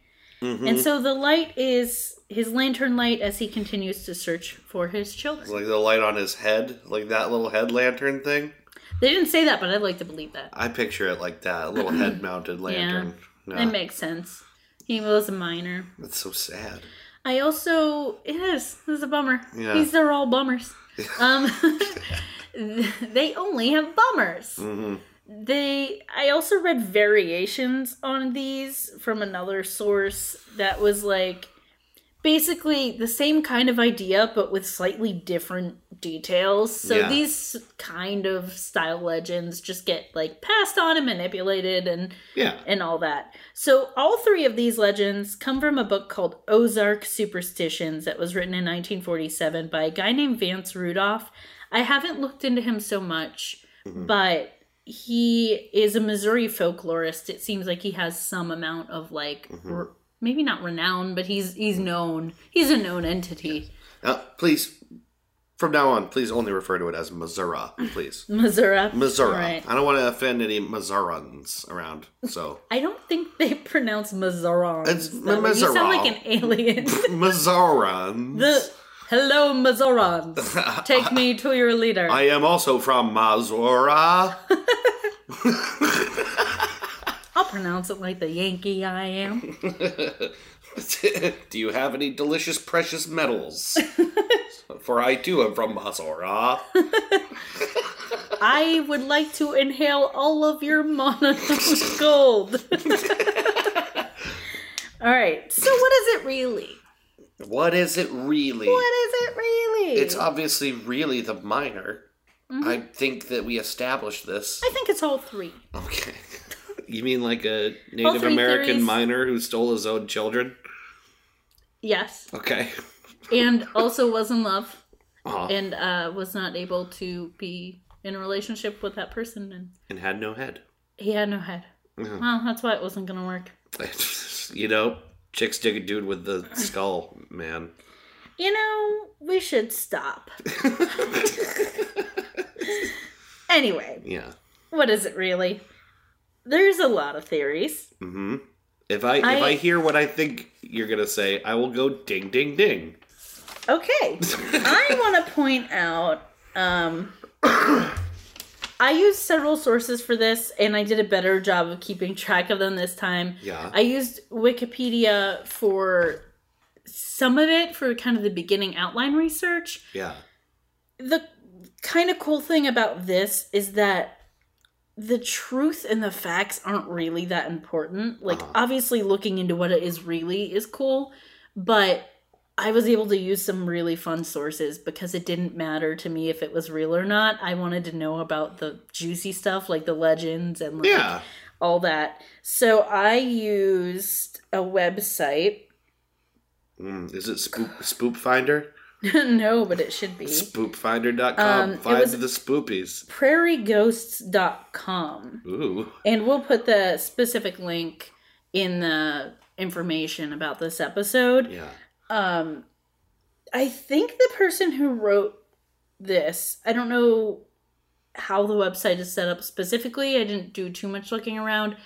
Speaker 2: Mm-hmm.
Speaker 1: and so the light is his lantern light as he continues to search for his
Speaker 2: It's
Speaker 1: children.
Speaker 2: Like the light on his head, like that little head lantern thing.
Speaker 1: They didn't say that, but I'd like to believe that.
Speaker 2: I picture it like that,
Speaker 1: [clears throat]
Speaker 2: a little head mounted lantern. Yeah.
Speaker 1: It makes sense. He was a minor.
Speaker 2: That's so sad.
Speaker 1: I also it is. This is a bummer.
Speaker 2: Yeah.
Speaker 1: These are all
Speaker 2: [laughs]
Speaker 1: bummers. um, [laughs] they only have bummers.
Speaker 2: hmm
Speaker 1: They I also read variations on these from another source that was like basically the same kind of idea but with slightly different details. So
Speaker 2: Yeah.
Speaker 1: these kind of style legends just get like passed on and manipulated and
Speaker 2: Yeah.
Speaker 1: and all that. So, all three of these legends come from a book called Ozark Superstitions that was written in 1947 by a guy named Vance Rudolph. I haven't looked into him so much, but he is a Missouri folklorist. It seems like he has some amount of like r- maybe not renown, but he's he's known. He's a known entity.
Speaker 2: Uh, please, from now on, please only refer to it as Missouri,
Speaker 1: [laughs]
Speaker 2: please.
Speaker 1: Missouri.
Speaker 2: Missouri.
Speaker 1: Right.
Speaker 2: I don't want to offend any Missourans around, so. [laughs]
Speaker 1: I don't think they [laughs] pronounce Mazarons.
Speaker 2: It's
Speaker 1: that way. You sound
Speaker 2: Mazzaron.
Speaker 1: like an alien.
Speaker 2: Missourans.
Speaker 1: The hello,
Speaker 2: [laughs]
Speaker 1: Mazorans. Take me to your leader.
Speaker 2: I am also from Missouri.
Speaker 1: I'll pronounce it like the Yankee I am.
Speaker 2: [laughs] Do you have any delicious precious
Speaker 1: [laughs]
Speaker 2: metals? For I too am from Masora.
Speaker 1: I would like to inhale all of your monatomic [laughs]
Speaker 2: [laughs]
Speaker 1: gold. all right. So, what is it really?
Speaker 2: What is it really?
Speaker 1: What is it Mm-hmm. really?
Speaker 2: It's obviously really the miner. I think that we established this.
Speaker 1: I think it's all three.
Speaker 2: Okay. [laughs] You mean like a
Speaker 1: All
Speaker 2: Native
Speaker 1: three
Speaker 2: American
Speaker 1: theories.
Speaker 2: miner who stole his own children?
Speaker 1: Yes,
Speaker 2: Okay.
Speaker 1: and also was in love
Speaker 2: Aw,
Speaker 1: and uh, was not able to be in a relationship with that person, and
Speaker 2: and had no head. [laughs]
Speaker 1: he had no head.
Speaker 2: Yeah.
Speaker 1: Well, that's why it wasn't gonna work.
Speaker 2: you know, chicks dig a dude with the skull, man. [laughs]
Speaker 1: You know, we should stop. anyway,
Speaker 2: Yeah.
Speaker 1: what is it really? There's a lot of theories.
Speaker 2: hmm If I, if
Speaker 1: I-
Speaker 2: I hear what I think you're gonna say, I will go ding ding ding.
Speaker 1: Okay. I want to point out um [coughs] I used several sources for this and I did a better job of keeping track of them this time.
Speaker 2: Yeah.
Speaker 1: I used Wikipedia for some of it for kind of the beginning outline research.
Speaker 2: yeah.
Speaker 1: the kind of cool thing about this is that the truth and the facts aren't really that important. Like,
Speaker 2: Uh-huh.
Speaker 1: obviously, looking into what it is really is cool, but I was able to use some really fun sources because it didn't matter to me if it was real or not. I wanted to know about the juicy stuff, like the legends and like,
Speaker 2: Yeah.
Speaker 1: all that. So I used a website. [laughs]
Speaker 2: Mm, is it spoop, spoop finder?
Speaker 1: no, but it should be Um,
Speaker 2: Spoopfinder.com.
Speaker 1: it
Speaker 2: Find
Speaker 1: was-
Speaker 2: the spoopies.
Speaker 1: prairieghosts.com.
Speaker 2: Ooh.
Speaker 1: And we'll put the specific link in the information about this episode.
Speaker 2: Yeah.
Speaker 1: Um I think the person who wrote this, I don't know how the website is set up specifically. I didn't do too much looking around.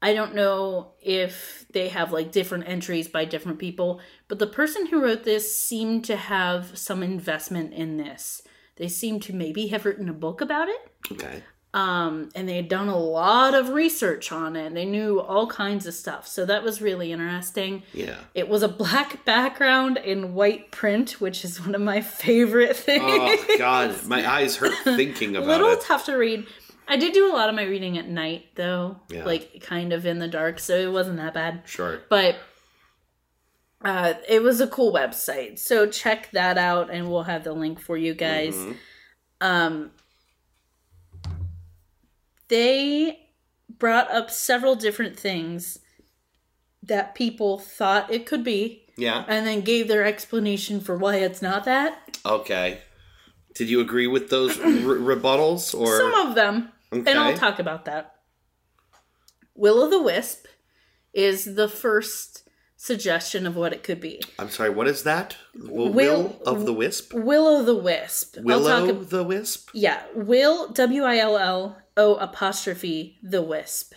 Speaker 1: I don't know if they have like different entries by different people, but the person who wrote this seemed to have some investment in this. They seem to maybe have written a book about it
Speaker 2: Okay.
Speaker 1: um, and they had done a lot of research on it. And they knew all kinds of stuff, so that was really interesting. [laughs]
Speaker 2: Yeah.
Speaker 1: It was a black [laughs] background in white print, which is one of my favorite things. [laughs]
Speaker 2: Oh God, my eyes hurt thinking
Speaker 1: a
Speaker 2: about
Speaker 1: little
Speaker 2: Oh, it.
Speaker 1: tough to read. I did do a lot of my reading at night, though,
Speaker 2: Yeah.
Speaker 1: like kind of in the dark, so it wasn't that bad.
Speaker 2: Sure.
Speaker 1: But uh, it was a cool website, so check that out, and we'll have the link for you guys.
Speaker 2: Mhm.
Speaker 1: Um, they brought up several different things that people thought it could be,
Speaker 2: Yeah.
Speaker 1: and then gave their explanation for why it's not that.
Speaker 2: Okay. Did you agree with those re- rebuttals or
Speaker 1: Some of them.
Speaker 2: okay?
Speaker 1: And I'll talk about that. Will o' the Wisp is the first suggestion of what it could be.
Speaker 2: I'm sorry. What is that? Will,
Speaker 1: Will-
Speaker 2: of the Wisp.
Speaker 1: Will o' the Wisp. I'll
Speaker 2: Willow
Speaker 1: talk ab-
Speaker 2: the Wisp.
Speaker 1: yeah. Will W I L L O apostrophe the Wisp.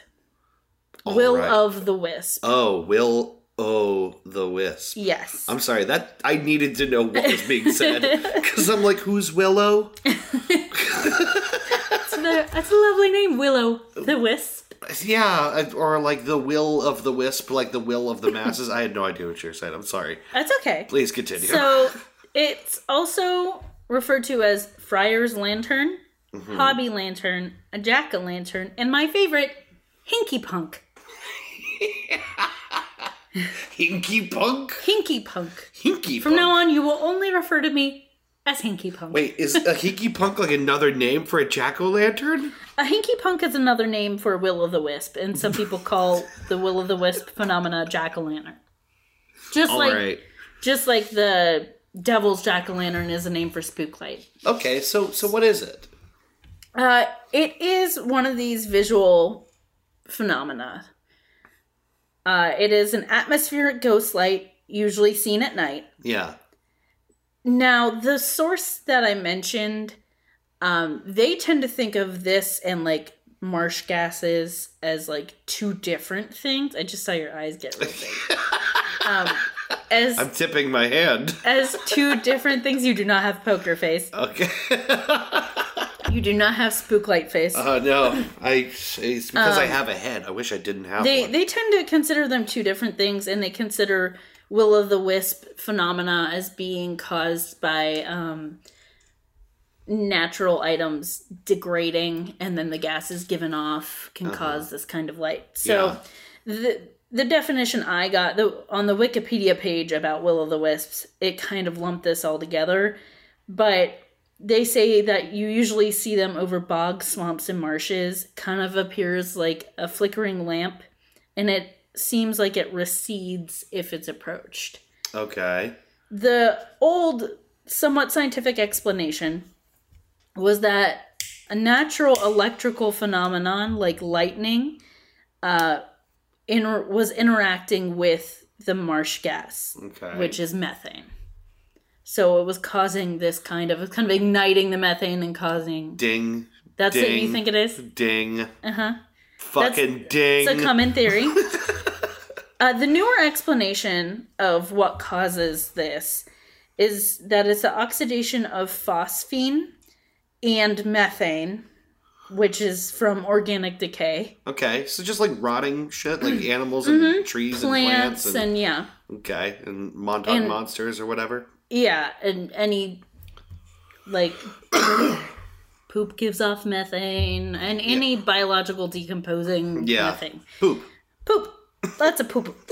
Speaker 2: All
Speaker 1: Will
Speaker 2: right.
Speaker 1: of the Wisp.
Speaker 2: Oh, Will O the Wisp.
Speaker 1: Yes.
Speaker 2: I'm sorry that I needed to know what was being said
Speaker 1: [laughs]
Speaker 2: because I'm like, who's Willow?
Speaker 1: That's, the, that's a lovely name, Willow the Wisp.
Speaker 2: Yeah, or like the will of the wisp, like the will of the masses. I had no idea what you were saying. I'm sorry.
Speaker 1: That's okay.
Speaker 2: Please continue.
Speaker 1: So it's also referred to as Friar's Lantern,
Speaker 2: Mm-hmm.
Speaker 1: Hobby Lantern, a Jack o' Lantern, and my favorite, Hinky Punk.
Speaker 2: Hinky punk,
Speaker 1: Hinky Punk.
Speaker 2: hinky.
Speaker 1: From
Speaker 2: punk.
Speaker 1: now on, you will only refer to me as Hinky Punk.
Speaker 2: Wait, is a hinky punk like another name for a jack o' lantern?
Speaker 1: A Hinky Punk is another name for Will o' the Wisp, and some people call the Will o' the Wisp phenomena Jack o' Lantern. Just
Speaker 2: All right.
Speaker 1: like, just like the Devil's Jack o' Lantern is a name for Spooklight.
Speaker 2: Okay. So, so what is it?
Speaker 1: Uh, it is one of these visual phenomena. Uh, it is an atmospheric ghost light, usually seen at night.
Speaker 2: Yeah.
Speaker 1: Now, the source that I mentioned, um, they tend to think of this and like marsh gases as like two different things. I just saw your eyes get real big. um, as
Speaker 2: I'm tipping my hand. [laughs]
Speaker 1: as two different things. You do not have poker face.
Speaker 2: Okay. [laughs]
Speaker 1: You do not have spook light face.
Speaker 2: Oh no, I. It's because I have a head. I wish I didn't have
Speaker 1: Um, they
Speaker 2: one.
Speaker 1: they tend to consider them two different things and they consider will o' the wisp phenomena as being caused by um natural items degrading and then the gases given off can cause this kind of light so the the definition i got the, on the wikipedia page about will o' the wisps it kind of lumped this all together but they say that you usually see them over bogs, swamps, and marshes. Kind of appears like a flickering lamp, and it seems like it recedes if it's approached.
Speaker 2: Okay.
Speaker 1: The old, somewhat scientific explanation was that a natural electrical phenomenon like lightning uh, inter- was interacting with the marsh gas
Speaker 2: Okay.
Speaker 1: which is methane. So it was causing this kind of, it was kind of igniting the methane and causing.
Speaker 2: ding,
Speaker 1: That's what you
Speaker 2: Ding.
Speaker 1: think it is?
Speaker 2: ding,
Speaker 1: Uh huh.
Speaker 2: fucking ding.
Speaker 1: It's a common
Speaker 2: [laughs]
Speaker 1: theory. uh, the newer explanation of what causes this is that it's the oxidation of phosphine and methane, which is from organic decay,
Speaker 2: Okay, so just like rotting shit,
Speaker 1: [clears throat]
Speaker 2: like animals and trees
Speaker 1: Mm-hmm. plants,
Speaker 2: and plants, and,
Speaker 1: and yeah.
Speaker 2: okay, and Montauk
Speaker 1: and-
Speaker 2: monsters or whatever.
Speaker 1: Yeah, and any like [coughs] poop gives off methane and any biological decomposing
Speaker 2: Yeah.
Speaker 1: methane.
Speaker 2: Poop.
Speaker 1: Poop. Lots of
Speaker 2: [laughs]
Speaker 1: poop. [laughs]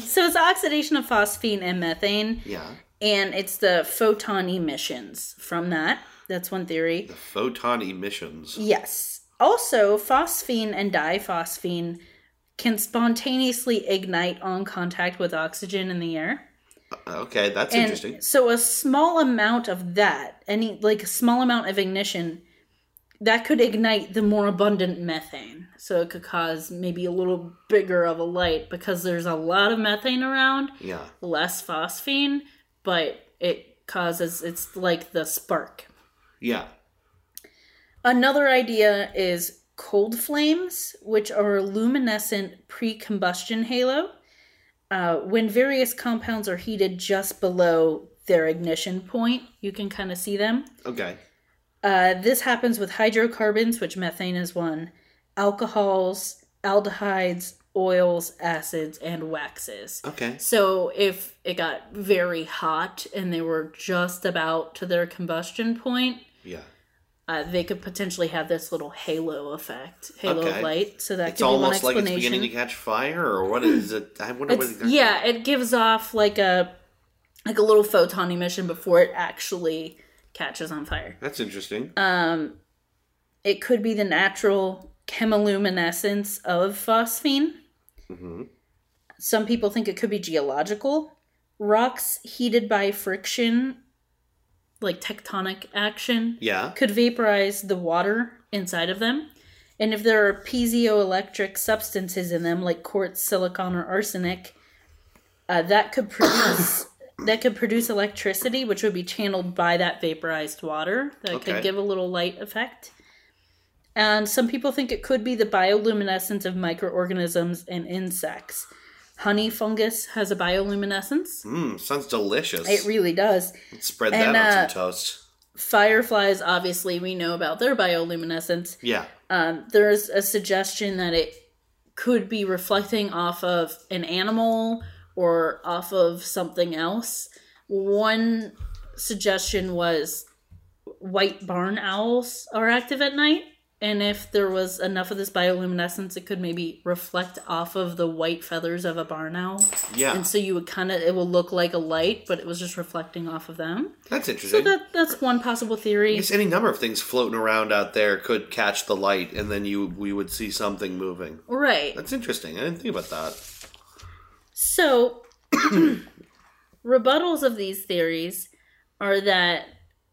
Speaker 1: so it's oxidation of phosphine and methane
Speaker 2: Yeah,
Speaker 1: and it's the photon emissions from that. That's one theory.
Speaker 2: photon emissions.
Speaker 1: Yes. Also, phosphine and diphosphine can spontaneously ignite on contact with oxygen in the air.
Speaker 2: Uh, Okay, that's
Speaker 1: And
Speaker 2: interesting.
Speaker 1: So a small amount of that, any like a small amount of ignition, that could ignite the more abundant methane. So it could cause maybe a little bigger of a light because there's a lot of methane around,
Speaker 2: Yeah.
Speaker 1: less phosphine, but it causes it's like the spark.
Speaker 2: Yeah.
Speaker 1: Another idea is cold flames, which are a luminescent pre combustion halo. Uh, when various compounds are heated just below their ignition point, you can kind of see them.
Speaker 2: Okay.
Speaker 1: Uh, this happens with hydrocarbons, which methane is one, alcohols, aldehydes, oils, acids, and waxes.
Speaker 2: Okay.
Speaker 1: So if it got very hot and they were just about to their combustion point,
Speaker 2: Yeah.
Speaker 1: uh, they could potentially have this little halo effect, halo
Speaker 2: Okay.
Speaker 1: of light. So that
Speaker 2: it's
Speaker 1: could be one
Speaker 2: almost like
Speaker 1: explanation.
Speaker 2: it's beginning to catch fire, or what is it? I wonder what
Speaker 1: It's-
Speaker 2: exactly-
Speaker 1: yeah, it gives off like a like a little photon emission before it actually catches on fire.
Speaker 2: That's interesting.
Speaker 1: Um, it could be the natural chemiluminescence of phosphine.
Speaker 2: hmm
Speaker 1: Some people think it could be geological. Rocks heated by friction, like tectonic action,
Speaker 2: Yeah.
Speaker 1: could vaporize the water inside of them. And if there are piezoelectric substances in them, like quartz, silicon, or arsenic, uh, that could [coughs] produce that could produce electricity, which would be channeled by that vaporized water. That
Speaker 2: Okay.
Speaker 1: could give a little light effect. And some people think it could be the bioluminescence of microorganisms and insects. Honey fungus has a bioluminescence.
Speaker 2: Mmm, sounds delicious.
Speaker 1: It really does.
Speaker 2: Spread that
Speaker 1: and,
Speaker 2: on
Speaker 1: uh,
Speaker 2: some toast.
Speaker 1: Fireflies, obviously, we know about their bioluminescence.
Speaker 2: Yeah.
Speaker 1: Um, there's a suggestion that it could be reflecting off of an animal or off of something else. One suggestion was white barn owls are active at night. And if there was enough of this bioluminescence, it could maybe reflect off of the white feathers of a barn owl.
Speaker 2: Yeah.
Speaker 1: And so you would kind of, it will look like a light, but it was just reflecting off of them.
Speaker 2: That's
Speaker 1: So
Speaker 2: interesting.
Speaker 1: that, that's one possible theory.
Speaker 2: I guess any number of things floating around out there could catch the light, and then you we would see something moving.
Speaker 1: Right.
Speaker 2: That's interesting. I didn't think about that.
Speaker 1: So, [clears throat] rebuttals of these theories are that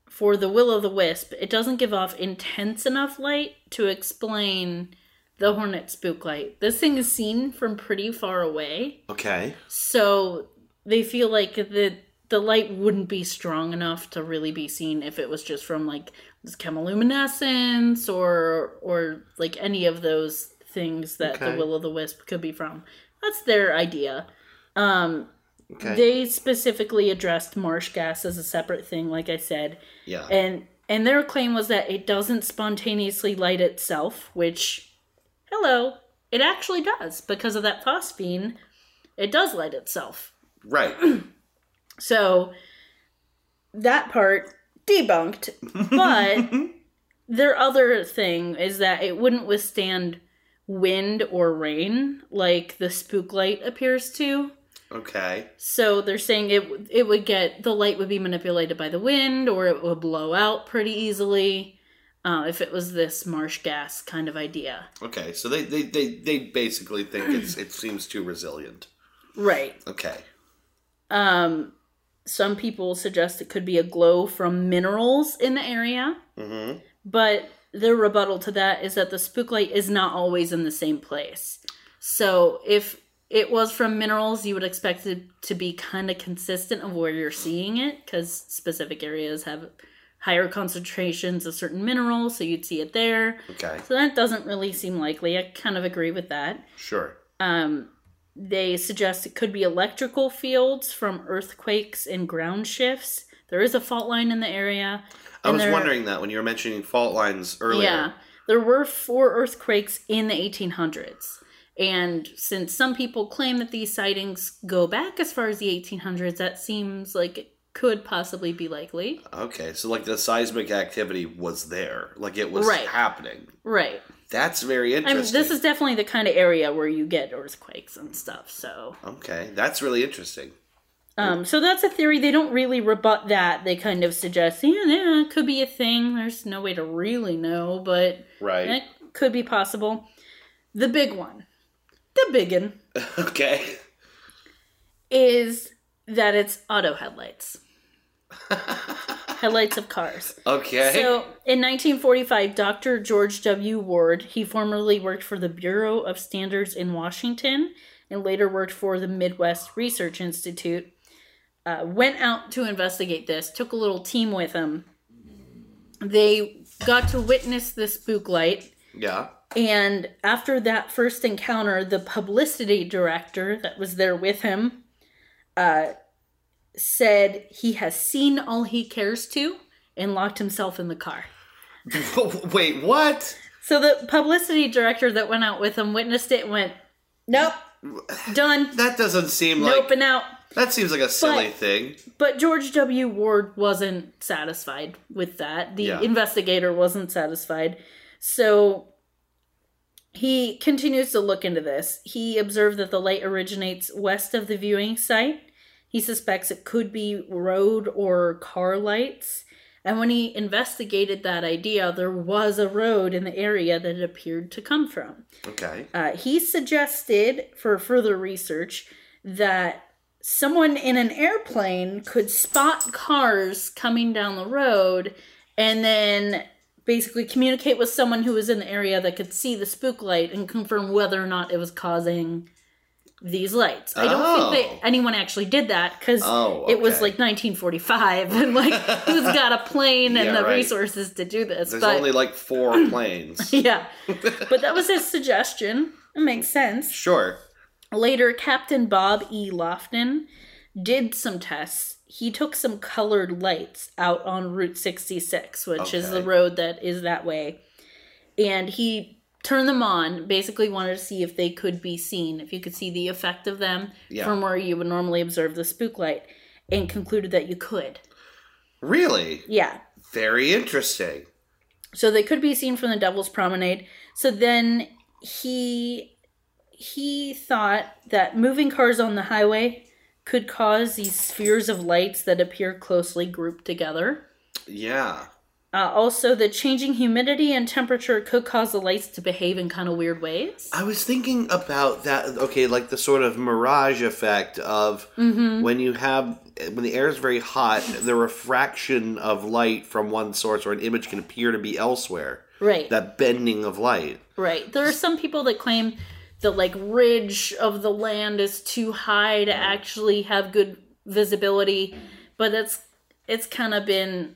Speaker 1: for the will o' the wisp, it doesn't give off intense enough light to explain the hornet spook light. This thing is seen from pretty far away,
Speaker 2: Okay.
Speaker 1: so they feel like the the light wouldn't be strong enough to really be seen if it was just from like this chemiluminescence or or like any of those things that
Speaker 2: Okay.
Speaker 1: the will o' the wisp could be from. That's their idea. Um,
Speaker 2: Okay.
Speaker 1: they specifically addressed marsh gas as a separate thing, like I said,
Speaker 2: yeah.
Speaker 1: [clears throat] and and their claim was that it doesn't spontaneously light itself, which, hello, it actually does because of that phosphine. It does light itself,
Speaker 2: right.
Speaker 1: so that part debunked. But their other thing is that it wouldn't withstand wind or rain like the spook light appears to.
Speaker 2: Okay.
Speaker 1: So they're saying it it would get the light would be manipulated by the wind, or it would blow out pretty easily, uh, if it was this marsh gas kind of idea.
Speaker 2: Okay. So they they, they, they basically think it's it seems too resilient.
Speaker 1: Right.
Speaker 2: Okay.
Speaker 1: Um, some people suggest it could be a glow from minerals in the area,
Speaker 2: Mm-hmm.
Speaker 1: but their rebuttal to that is that the spook light is not always in the same place. So if it was from minerals, you would expect it to be kind of consistent of where you're seeing it because specific areas have higher concentrations of certain minerals, so you'd see it there.
Speaker 2: Okay.
Speaker 1: So that doesn't really seem likely. I kind of agree with that.
Speaker 2: Sure.
Speaker 1: Um, they suggest it could be electrical fields from earthquakes and ground shifts. There is a fault line in the area.
Speaker 2: I
Speaker 1: and
Speaker 2: was
Speaker 1: there-
Speaker 2: wondering that when you were mentioning fault lines earlier.
Speaker 1: yeah. There were four earthquakes in the 1800s. And since some people claim that these sightings go back as far as the 1800s, that seems like it could possibly be likely.
Speaker 2: Okay. So like the seismic activity was there. Like it was
Speaker 1: Right.
Speaker 2: happening.
Speaker 1: Right.
Speaker 2: That's very
Speaker 1: I
Speaker 2: interesting.
Speaker 1: mean, this is definitely the kind of area where you get earthquakes and stuff. So,
Speaker 2: Okay. That's really interesting.
Speaker 1: um, so that's a theory. They don't really rebut that. They kind of suggest, yeah, yeah, it could be a thing. There's no way to really know, but
Speaker 2: Right.
Speaker 1: it could be possible. The big one, the big one.
Speaker 2: [laughs] Okay.
Speaker 1: is that it's auto headlights, headlights of cars.
Speaker 2: okay.
Speaker 1: So in 1945, Dr. George W. Ward, he formerly worked for the Bureau of Standards in Washington and later worked for the Midwest Research Institute, uh, went out to investigate this, took a little team with him. They got to witness the spook light
Speaker 2: yeah.
Speaker 1: and after that first encounter, the publicity director that was there with him uh, said he has seen all he cares to and locked himself in the car.
Speaker 2: [laughs] Wait, what?
Speaker 1: So the publicity director that went out with him witnessed it and went, Nope, done,
Speaker 2: That doesn't seem
Speaker 1: nope,
Speaker 2: like
Speaker 1: and out.
Speaker 2: That seems like a silly thing.
Speaker 1: But George W. Ward wasn't satisfied with that. The
Speaker 2: Yeah.
Speaker 1: investigator wasn't satisfied. So he continues to look into this. He observed that the light originates west of the viewing site. He suspects it could be road or car lights. And when he investigated that idea, there was a road in the area that it appeared to come from.
Speaker 2: Okay.
Speaker 1: Uh, he suggested for further research that someone in an airplane could spot cars coming down the road and then basically communicate with someone who was in the area that could see the spook light and confirm whether or not it was causing these lights. I don't
Speaker 2: Oh.
Speaker 1: think that anyone actually did that because
Speaker 2: Oh,
Speaker 1: it was
Speaker 2: okay.
Speaker 1: like 1945 and like who's
Speaker 2: [laughs]
Speaker 1: got a plane and
Speaker 2: Yeah,
Speaker 1: the
Speaker 2: right.
Speaker 1: resources to do this?
Speaker 2: There's
Speaker 1: but
Speaker 2: only like four
Speaker 1: [laughs]
Speaker 2: planes. [laughs]
Speaker 1: yeah, but that was his suggestion. It makes sense.
Speaker 2: Sure.
Speaker 1: Later, Captain Bob E. Lofton did some tests. He took some colored lights out on Route 66, which is the
Speaker 2: Okay.
Speaker 1: road that is that way. And he turned them on, basically wanted to see if they could be seen, if you could see the effect of them
Speaker 2: Yeah.
Speaker 1: from where you would normally observe the spook light, and concluded that you could.
Speaker 2: Really?
Speaker 1: Yeah.
Speaker 2: Very interesting.
Speaker 1: so they could be seen from the devil's promenade so then he he thought that moving cars on the highway could cause these spheres of lights that appear closely grouped together
Speaker 2: Yeah.
Speaker 1: uh, also the changing humidity and temperature could cause the lights to behave in kind of weird ways
Speaker 2: I was thinking about that. Okay, like the sort of mirage effect of
Speaker 1: Mm-hmm.
Speaker 2: when you have when the air is very hot, the refraction of light from one source or an image can appear to be elsewhere.
Speaker 1: right
Speaker 2: That bending of light.
Speaker 1: right there are some people that claim the like ridge of the land is too high to actually have good visibility but that's it's kind of been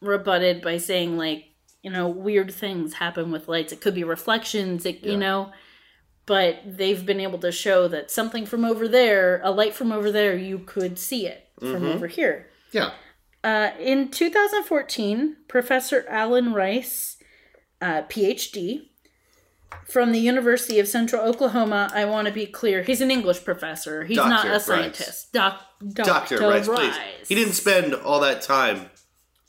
Speaker 1: rebutted by saying like you know weird things happen with lights it could be reflections it, you
Speaker 2: Yeah.
Speaker 1: know but they've been able to show that something from over there a light from over there you could see it from over here
Speaker 2: Yeah.
Speaker 1: uh, in 2014, Professor Alan Rice, uh, PhD, from the University of Central Oklahoma, I want to be clear, he's an English professor. He's not
Speaker 2: Dr.
Speaker 1: a
Speaker 2: Rice.
Speaker 1: scientist. Doc,
Speaker 2: Doctor
Speaker 1: Dr.
Speaker 2: Rice, please. He didn't spend all
Speaker 1: [laughs]
Speaker 2: that time.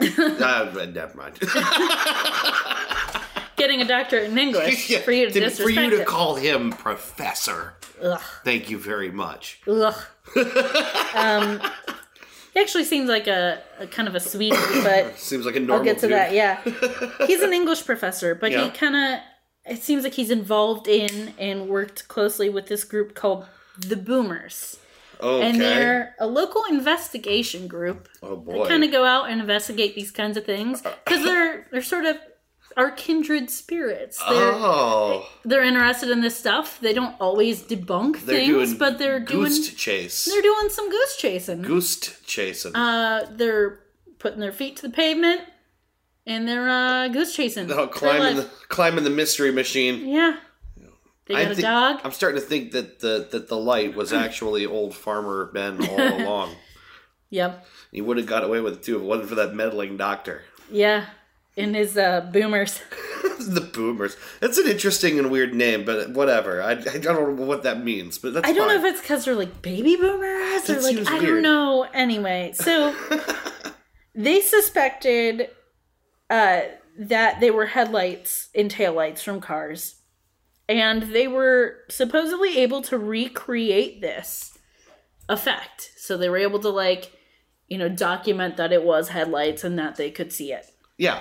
Speaker 2: uh, but never mind.
Speaker 1: getting a doctorate in English
Speaker 2: [laughs] Yeah,
Speaker 1: for you to
Speaker 2: to-
Speaker 1: disrespect
Speaker 2: for you to
Speaker 1: him.
Speaker 2: call him professor.
Speaker 1: Ugh.
Speaker 2: Thank you very much.
Speaker 1: Ugh. um,
Speaker 2: [laughs]
Speaker 1: he actually seems like a, a kind of a sweetie, but
Speaker 2: Seems like a normal.
Speaker 1: I'll get to
Speaker 2: dude.
Speaker 1: that.
Speaker 2: [laughs]
Speaker 1: Yeah, he's an English professor, but he
Speaker 2: Yeah.
Speaker 1: kind of it seems like he's involved in and worked closely with this group called the Boomers,
Speaker 2: Okay.
Speaker 1: and they're a local investigation group.
Speaker 2: oh boy.
Speaker 1: Kind of go out and investigate these kinds of things because they're they're sort of our kindred spirits. They're
Speaker 2: oh,
Speaker 1: they're interested in this stuff. They don't always debunk
Speaker 2: they're
Speaker 1: things,
Speaker 2: doing
Speaker 1: but they're doing
Speaker 2: goose chase.
Speaker 1: they're doing some goose chasing.
Speaker 2: goose chasing.
Speaker 1: Uh, they're putting their feet to the pavement and they're uh, goose chasing.
Speaker 2: oh, climbing the climbing the mystery machine.
Speaker 1: yeah. They
Speaker 2: I
Speaker 1: got a
Speaker 2: think-
Speaker 1: dog.
Speaker 2: I'm starting to think that the that the light was actually old farmer Ben
Speaker 1: [laughs]
Speaker 2: all along.
Speaker 1: Yep.
Speaker 2: He would have got away with it too if it wasn't for that meddling doctor.
Speaker 1: Yeah. In his uh, boomers.
Speaker 2: the Boomers. That's an interesting and weird name, but whatever. I, I don't know what that means, but that's
Speaker 1: I don't
Speaker 2: fine.
Speaker 1: know if it's because they're like baby boomers or
Speaker 2: That
Speaker 1: like,
Speaker 2: seems
Speaker 1: I don't
Speaker 2: weird.
Speaker 1: know. Anyway,
Speaker 2: [laughs]
Speaker 1: so they suspected uh, that they were headlights and taillights from cars. And they were supposedly able to recreate this effect. So they were able to, like, you know, document that it was headlights and that they could see it.
Speaker 2: yeah.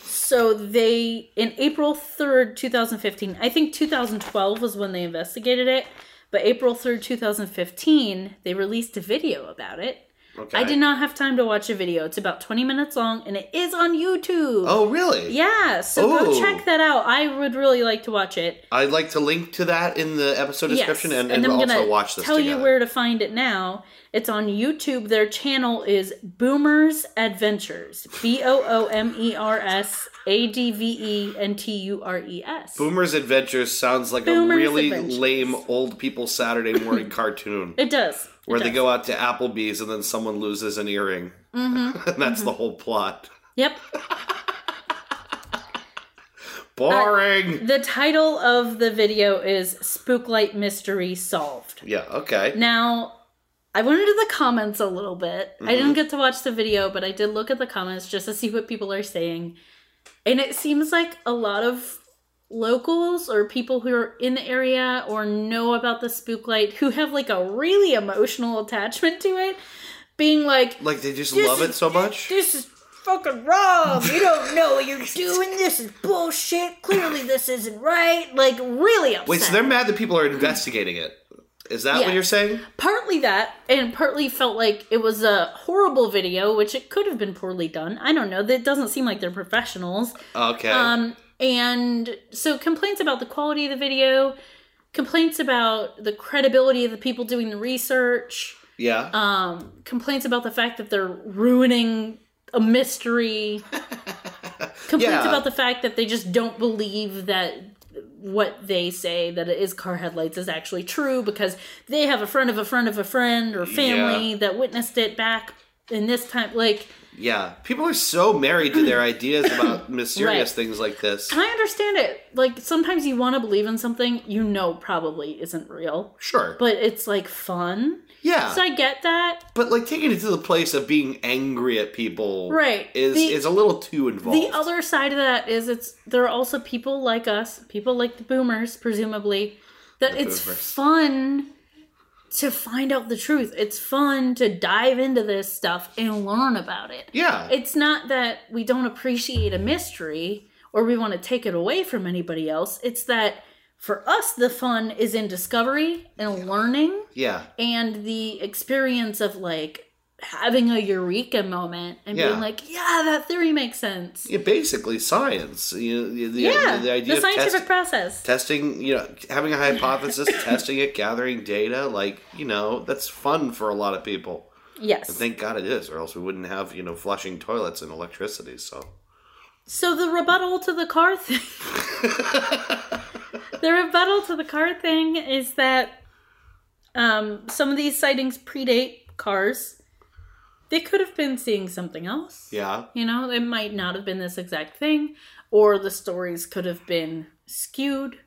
Speaker 1: So they, in April 3rd, 2015, I think 2012 was when they investigated it, but April 3rd, 2015, they released a video about it.
Speaker 2: Okay.
Speaker 1: I did not have time to watch a video. It's about 20 minutes long and it is on YouTube.
Speaker 2: Oh, really?
Speaker 1: Yeah, so go
Speaker 2: Oh.
Speaker 1: check that out. I would really like to watch it.
Speaker 2: I'd like to link to that in the episode description
Speaker 1: yes,
Speaker 2: and, and,
Speaker 1: I'm
Speaker 2: also
Speaker 1: gonna
Speaker 2: watch this
Speaker 1: tell
Speaker 2: together.
Speaker 1: you where to find it now. It's on YouTube. Their channel is Boomers Adventures. B O O M E R S A D V E N T U R E S.
Speaker 2: Boomer's Adventures sounds like
Speaker 1: Boomer's
Speaker 2: a really
Speaker 1: Adventures.
Speaker 2: lame old people Saturday
Speaker 1: [laughs]
Speaker 2: morning cartoon
Speaker 1: It does. It
Speaker 2: where they
Speaker 1: does.
Speaker 2: go out to Applebee's and then someone loses an earring. [laughs] and that's the whole plot.
Speaker 1: Mm-hmm. Yep.
Speaker 2: Boring.
Speaker 1: The title of the video is Spooklight Mystery Solved.
Speaker 2: yeah, okay.
Speaker 1: Now, I went into the comments a little bit. I
Speaker 2: Mm-hmm.
Speaker 1: didn't get to watch the video, but I did look at the comments just to see what people are saying. And it seems like a lot of locals or people who are in the area or know about the spook light who have like a really emotional attachment to it being like
Speaker 2: Like they just
Speaker 1: This
Speaker 2: love
Speaker 1: is-
Speaker 2: it so much.
Speaker 1: this is fucking wrong. You
Speaker 2: [laughs]
Speaker 1: don't know what you're doing. This is bullshit. Clearly, this isn't right. Like, really upset.
Speaker 2: Wait, so they're mad that people are investigating it. Is that
Speaker 1: Yeah.
Speaker 2: what you're saying?
Speaker 1: partly that, and partly felt like it was a horrible video, which it could have been poorly done. I don't know. It doesn't seem like they're professionals.
Speaker 2: Okay.
Speaker 1: Um, and so complaints about the quality of the video, complaints about the credibility of the people doing the research,
Speaker 2: yeah.
Speaker 1: um, complaints about the fact that they're ruining a mystery. complaints
Speaker 2: Yeah.
Speaker 1: about the fact that they just don't believe that what they say that it is car headlights is actually true because they have a friend of a friend of a friend or family that witnessed it back in this time like
Speaker 2: yeah. People are so married
Speaker 1: [clears throat]
Speaker 2: to their ideas about
Speaker 1: Right.
Speaker 2: mysterious things like this.
Speaker 1: and i understand it like sometimes you want to believe in something you know probably isn't real
Speaker 2: Sure.
Speaker 1: but it's like fun
Speaker 2: yeah.
Speaker 1: so i get that
Speaker 2: but like taking it to the place of being angry at people
Speaker 1: Right.
Speaker 2: is
Speaker 1: The-
Speaker 2: is a little too
Speaker 1: The
Speaker 2: involved.
Speaker 1: other side of that is it's there are also people like us, people like the boomers, presumably, that
Speaker 2: The
Speaker 1: it's
Speaker 2: boomers.
Speaker 1: fun to find out the truth. It's fun to dive into this stuff and learn about it.
Speaker 2: yeah.
Speaker 1: It's not that we don't appreciate a mystery or we want to take it away from anybody else. It's that for us the fun is in discovery and learning
Speaker 2: yeah.
Speaker 1: and the experience of like having a eureka moment and
Speaker 2: Yeah.
Speaker 1: being like, yeah, that theory makes sense.
Speaker 2: Yeah, basically science. You know, the,
Speaker 1: Yeah,
Speaker 2: the idea
Speaker 1: the
Speaker 2: of test-
Speaker 1: scientific process.
Speaker 2: testing, you know, having a
Speaker 1: [laughs]
Speaker 2: hypothesis, testing it, gathering data, like, you know, that's fun for a lot of people.
Speaker 1: Yes.
Speaker 2: Thank God it is, or else we wouldn't have, you know, flushing toilets and electricity, so. [laughs]
Speaker 1: So the rebuttal to the car thing. [laughs] the rebuttal to the car thing is that um, some of these sightings predate cars. They could have been seeing something else.
Speaker 2: Yeah.
Speaker 1: You know, it might not have been this exact thing, or the stories could have been skewed.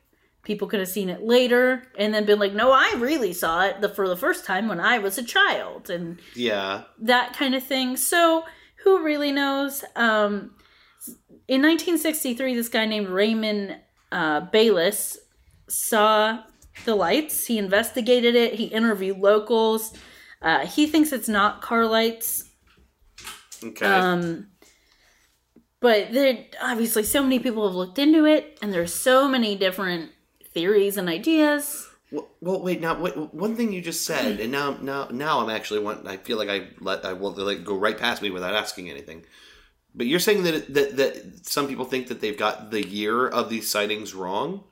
Speaker 1: People could have seen it later and then been like, no, I really saw it the, for the first time when I was a child, and
Speaker 2: Yeah.
Speaker 1: that kind of thing. So, who really knows? Um, in 1963, this guy named Raymond uh, Bayless saw the lights. He investigated it, he interviewed locals. Uh, he thinks it's not car lights,
Speaker 2: Okay.
Speaker 1: um, but there obviously so many people have looked into it, and there's so many different theories and ideas.
Speaker 2: well, well, wait. Now, wait, one thing you just said, and now, now, now, I'm actually want. I feel like I let I will like go right past me without asking anything. But you're saying that it- that that some people think that they've got the year of these sightings wrong.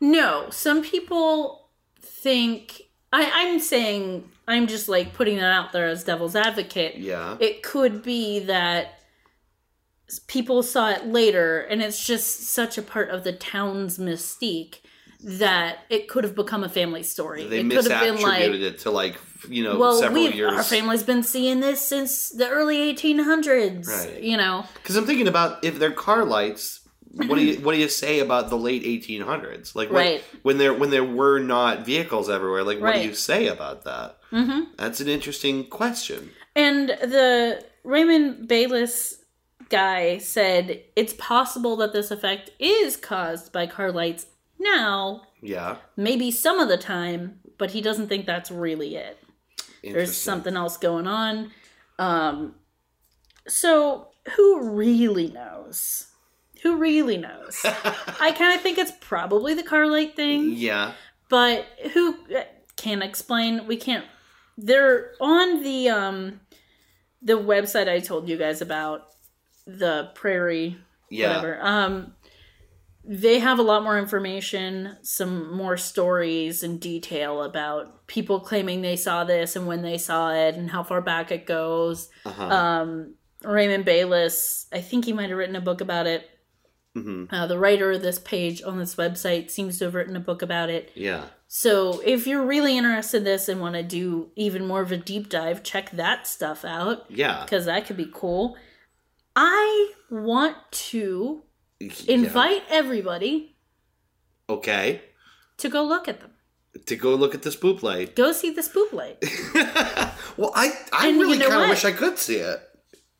Speaker 1: No, some people think I, I'm saying I'm just like putting that out there as devil's advocate.
Speaker 2: Yeah.
Speaker 1: It could be that s- people saw it later, and it's just such a part of the town's mystique that it could have become a family story.
Speaker 2: They
Speaker 1: it could have been
Speaker 2: misattributed
Speaker 1: like
Speaker 2: it to like you know
Speaker 1: well,
Speaker 2: several
Speaker 1: we've,
Speaker 2: years.
Speaker 1: our family's been seeing this since the early 1800s.
Speaker 2: Right.
Speaker 1: You know,
Speaker 2: Because I'm thinking about if they're car lights, what
Speaker 1: [laughs]
Speaker 2: do you what do you say about the late 1800s? Like when,
Speaker 1: Right.
Speaker 2: when there when there were not vehicles everywhere. Like what do
Speaker 1: Right.
Speaker 2: you say about that? Mm-hmm. That's an interesting question.
Speaker 1: and the Raymond Bayless guy said it's possible that this effect is caused by car lights now,
Speaker 2: Yeah,
Speaker 1: maybe some of the time, but he doesn't think that's really it. There's
Speaker 2: Interesting.
Speaker 1: something else going on. Um, so who really knows? Who really
Speaker 2: [laughs]
Speaker 1: knows? I kind of think it's probably the car light thing.
Speaker 2: Yeah,
Speaker 1: but who can explain we can't they're on the um the website i told you guys about the prairie
Speaker 2: yeah.
Speaker 1: whatever um they have a lot more information some more stories and detail about people claiming they saw this and when they saw it and how far back it goes
Speaker 2: Uh-huh.
Speaker 1: um raymond bayless i think he might have written a book about it
Speaker 2: hmm
Speaker 1: uh, the writer of this page on this website seems to have written a book about it
Speaker 2: Yeah.
Speaker 1: so, if you're really interested in this and want to do even more of a deep dive, check that stuff out
Speaker 2: Yeah.
Speaker 1: because that could be cool. I want to
Speaker 2: Yeah.
Speaker 1: invite everybody
Speaker 2: Okay.
Speaker 1: to go look at them.
Speaker 2: To go look at the spoop light. [laughs]
Speaker 1: Go see the spoop light.
Speaker 2: Well, I I
Speaker 1: And you
Speaker 2: really
Speaker 1: know
Speaker 2: kind of
Speaker 1: what?
Speaker 2: wish I could see it. [laughs]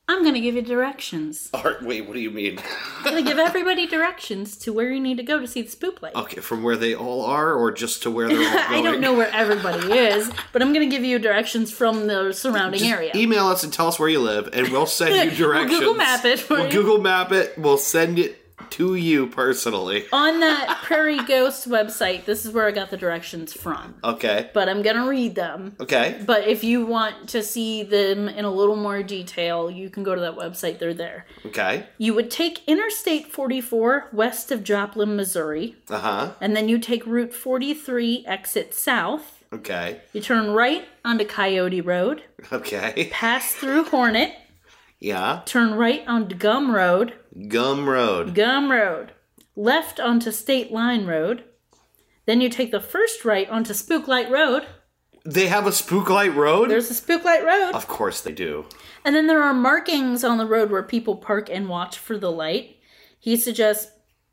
Speaker 1: I'm gonna give you directions.
Speaker 2: Art, wait, what do you mean?
Speaker 1: I'm gonna give everybody directions to where you need to go to see the spoop light.
Speaker 2: okay, from where they all are, or just to where they're all
Speaker 1: [laughs]
Speaker 2: going?
Speaker 1: I don't know where everybody is, but I'm gonna give you directions from the surrounding
Speaker 2: Just
Speaker 1: area.
Speaker 2: Email us and tell us where you live, and we'll send you
Speaker 1: [laughs] We'll
Speaker 2: directions.
Speaker 1: Google Map it for
Speaker 2: We'll
Speaker 1: you.
Speaker 2: Google Map it. We'll send it to you personally.
Speaker 1: On that Prairie Ghost website, this is where I got the directions from.
Speaker 2: Okay.
Speaker 1: But I'm gonna read them.
Speaker 2: Okay.
Speaker 1: But if you want to see them in a little more detail, you can go to that website. They're there.
Speaker 2: Okay.
Speaker 1: You would take Interstate 44 west of Joplin, Missouri,
Speaker 2: Uh huh.
Speaker 1: and then you take Route 43 exit south.
Speaker 2: Okay.
Speaker 1: You turn right onto Coyote Road,
Speaker 2: Okay.
Speaker 1: pass through Hornet,
Speaker 2: Yeah.
Speaker 1: turn right onto Gum Road,
Speaker 2: Gum Road.
Speaker 1: Gum Road, left onto State Line Road. Then you take the first right onto Spooklight Road.
Speaker 2: They have a spooklight road.
Speaker 1: There's the Spooklight Road.
Speaker 2: of course they do.
Speaker 1: And then there are markings on the road where people park and watch for the light. He suggests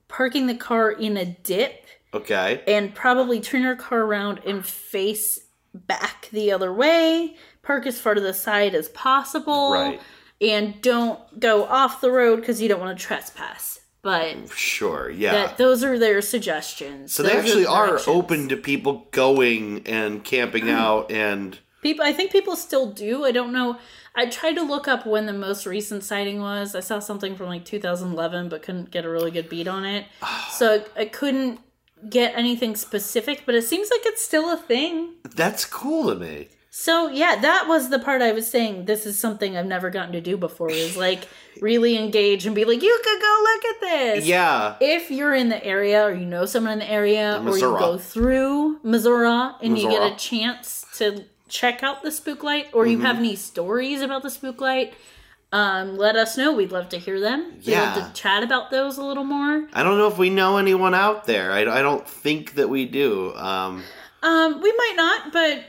Speaker 1: parking the car in a dip
Speaker 2: Okay.
Speaker 1: and probably turn your car around and face back the other way. Park as far to the side as possible.
Speaker 2: Right.
Speaker 1: And don't go off the road because you don't want to trespass. But
Speaker 2: Sure. Yeah.
Speaker 1: that those are their suggestions.
Speaker 2: Ah. so they
Speaker 1: Those
Speaker 2: actually
Speaker 1: the
Speaker 2: are
Speaker 1: directions. Mm.
Speaker 2: open to people going and camping out and
Speaker 1: People, I think people still do. I don't know. I tried to look up when the most recent sighting was. I saw something from like 2011, but couldn't get a really good beat on it. so I, I couldn't get anything specific, but it seems like it's still a thing.
Speaker 2: that's cool to me.
Speaker 1: So yeah, that was the part I was saying. This is something I've never gotten to do before. Is like really engage and be like, you could go look at this.
Speaker 2: Yeah.
Speaker 1: If you're in the area or you know someone in the area or you
Speaker 2: Missouri.
Speaker 1: go through Missouri and you get
Speaker 2: Missouri.
Speaker 1: a chance to check out the spook light or you
Speaker 2: Mm-hmm.
Speaker 1: have any stories about the spook light, um, let us know. We'd love to hear them. We'd
Speaker 2: Yeah.
Speaker 1: love to chat about those a little more.
Speaker 2: I don't know if we know anyone out there. I, I don't think that we do. Um, [laughs]
Speaker 1: Um, we might not, but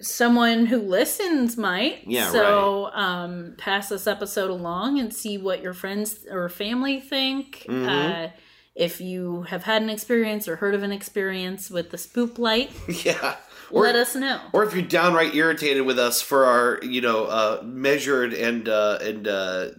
Speaker 1: someone who listens might.
Speaker 2: Yeah,
Speaker 1: So um, pass this episode along and see what your friends or family think.
Speaker 2: Mm-hmm.
Speaker 1: Uh, if you have had an experience or heard of an experience with the spoop light,
Speaker 2: yeah. Or,
Speaker 1: let us know.
Speaker 2: or if you're downright irritated with us for our, you know, uh, measured and uh, and uh, uh,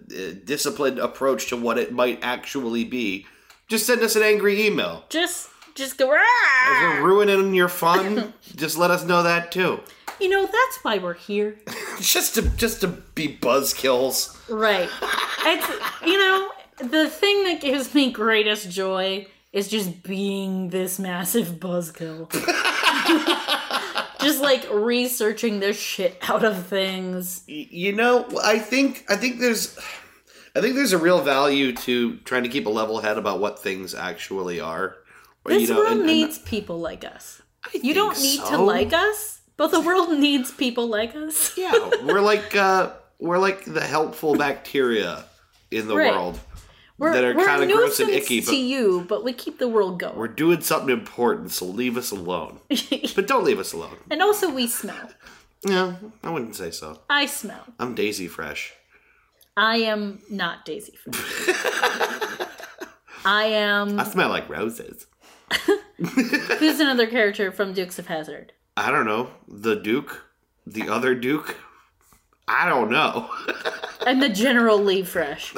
Speaker 2: disciplined approach to what it might actually be, just send us an angry email.
Speaker 1: just just go.
Speaker 2: If
Speaker 1: "Rah!"
Speaker 2: we're ruining
Speaker 1: [laughs]
Speaker 2: your fun, just let us know that too.
Speaker 1: You know that's why we're here,
Speaker 2: Just to just to be buzzkills.
Speaker 1: right? It's you know the thing that gives me greatest joy is just being this massive
Speaker 2: [laughs]
Speaker 1: buzzkill. just like researching the shit out of things.
Speaker 2: Y- You know, I think I think there's I think there's a real value to trying to keep a level head about what things actually are. Or,
Speaker 1: This world
Speaker 2: and- and-
Speaker 1: needs people like us. You don't need to
Speaker 2: so.
Speaker 1: like us, but the world needs people like
Speaker 2: [laughs]
Speaker 1: us.
Speaker 2: yeah, we're like uh, we're like the helpful bacteria in the
Speaker 1: Right.
Speaker 2: world.
Speaker 1: We're,
Speaker 2: That are
Speaker 1: we're a
Speaker 2: kinda gross and
Speaker 1: nuisance
Speaker 2: icky, but-
Speaker 1: to you, but we keep the world going.
Speaker 2: We're doing something important, so leave
Speaker 1: [laughs]
Speaker 2: us alone. but don't leave us alone.
Speaker 1: and also, we smell.
Speaker 2: No, I wouldn't say so.
Speaker 1: I smell.
Speaker 2: I'm Daisy Fresh.
Speaker 1: I am not Daisy
Speaker 2: [laughs]
Speaker 1: Fresh. I am.
Speaker 2: I smell like roses.
Speaker 1: Who's another character from Dukes of Hazard?
Speaker 2: I don't know the Duke, the other Duke. I don't know.
Speaker 1: I'm the General Lee
Speaker 2: [laughs]
Speaker 1: Fresh.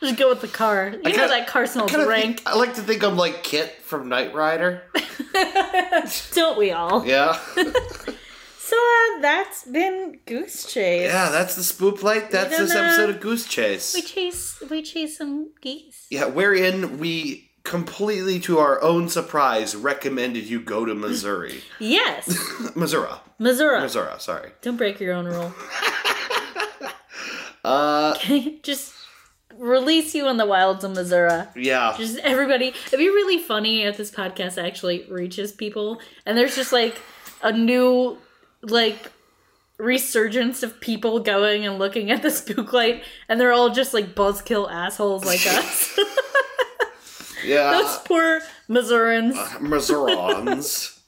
Speaker 1: Just go with the car. You know
Speaker 2: kinda-
Speaker 1: that car smells
Speaker 2: Kinda
Speaker 1: rank,
Speaker 2: think- I like to think I'm like Kit from Knight Rider.
Speaker 1: don't we all?
Speaker 2: Yeah.
Speaker 1: So uh, that's been Goose Chase.
Speaker 2: [laughs] yeah, that's the spoop light. That's
Speaker 1: don't
Speaker 2: this
Speaker 1: know.
Speaker 2: episode of Goose Chase.
Speaker 1: We chase, we chase some geese.
Speaker 2: Yeah, wherein we completely to our own surprise recommended you go to Missouri. [laughs]
Speaker 1: Yes,
Speaker 2: Missouri.
Speaker 1: Missouri.
Speaker 2: Missouri, sorry.
Speaker 1: Don't break your own rule.
Speaker 2: [laughs] Uh
Speaker 1: [laughs] Just release you in the wilds of Missouri.
Speaker 2: yeah.
Speaker 1: just everybody it'd be really funny if this podcast actually reaches people and there's just like a new like resurgence of people going and looking at the spook light and they're all just like buzzkill assholes like us [laughs] those
Speaker 2: Yeah.
Speaker 1: poor missourians
Speaker 2: [laughs] Missourians.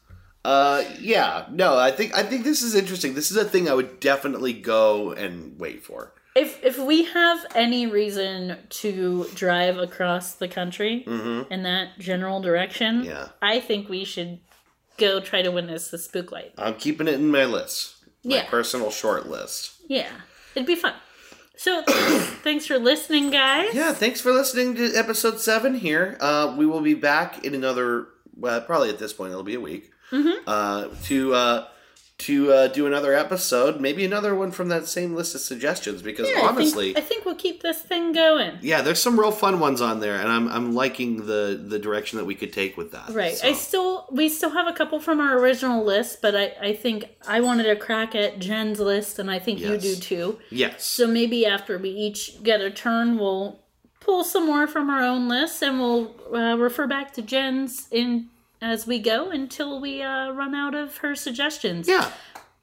Speaker 2: uh yeah. No, I think I think this is interesting. This is a thing I would definitely go and wait for.
Speaker 1: if if we have any reason to drive across the country in that general direction
Speaker 2: Yeah.
Speaker 1: i think we should go try to witness the spook light.
Speaker 2: I'm keeping it in my list. My
Speaker 1: Yeah.
Speaker 2: personal short list.
Speaker 1: Yeah, it'd be fun. So [coughs] thanks for listening, guys.
Speaker 2: Yeah, thanks for listening to episode seven here. Uh, we will be back in another, well, probably at this point, it'll be a week,
Speaker 1: Mhm.
Speaker 2: uh, to uh, to uh, do another episode, maybe another one from that same list of suggestions, because
Speaker 1: Yeah,
Speaker 2: honestly.
Speaker 1: I think, I think we'll keep this thing going.
Speaker 2: yeah, there's some real fun ones on there, and I'm I'm liking the the direction that we could take with that.
Speaker 1: Right.
Speaker 2: so.
Speaker 1: I still we still have a couple from our original list, but I I think I wanted a crack at Jen's list, and I think
Speaker 2: Yes.
Speaker 1: you do too.
Speaker 2: yes.
Speaker 1: So maybe after we each get a turn, we'll pull some more from our own list, and we'll uh, refer back to Jen's in as we go until we uh, run out of her suggestions.
Speaker 2: yeah.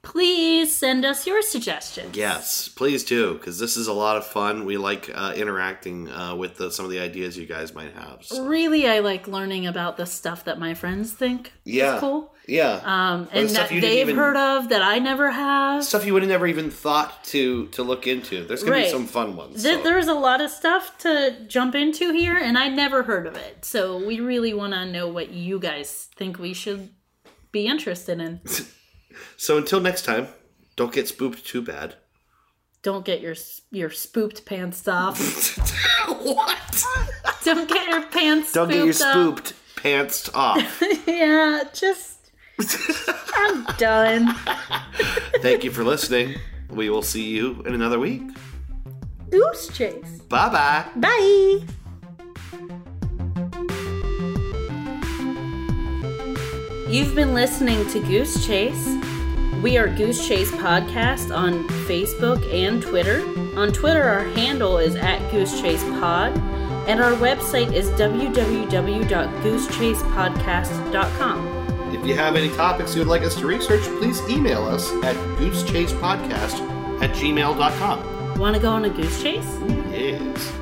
Speaker 1: Please send us your suggestions.
Speaker 2: Yes, please do, because this is a lot of fun. We like uh, interacting uh, with the, some of the ideas you guys might have. so-
Speaker 1: Really, I like learning about the stuff that my friends think
Speaker 2: Yeah.
Speaker 1: is cool,
Speaker 2: Yeah,
Speaker 1: um,
Speaker 2: the
Speaker 1: and
Speaker 2: stuff
Speaker 1: that
Speaker 2: you didn't
Speaker 1: they've
Speaker 2: even-
Speaker 1: heard of that I never have.
Speaker 2: stuff you would have never even thought to to look into. There's gonna be
Speaker 1: Right.
Speaker 2: some fun ones.
Speaker 1: Th-
Speaker 2: so-
Speaker 1: There's a lot of stuff to jump into here, and I never heard of it. So we really want to know what you guys think we should be interested in.
Speaker 2: so until next time, don't get spooked too bad. [laughs]
Speaker 1: Don't get your s- your spooped pants
Speaker 2: [laughs]
Speaker 1: off.
Speaker 2: what?
Speaker 1: Don't get your pants.
Speaker 2: Don't get your
Speaker 1: spooped up.
Speaker 2: spooped pants off.
Speaker 1: [laughs] Yeah, just. I'm done.
Speaker 2: Thank you for listening. We will see you in another week.
Speaker 1: Goose chase.
Speaker 2: Bye bye.
Speaker 1: Bye. You've been listening to Goose Chase. We are Goose Chase Podcast on Facebook and Twitter. On Twitter, our handle is at Goose Chase Pod, and our website is www.goosechasepodcast.com.
Speaker 2: If you have any topics you would like us to research, please email us at goosechasepodcast at gmail.com.
Speaker 1: Want to go on a goose chase?
Speaker 2: Yes.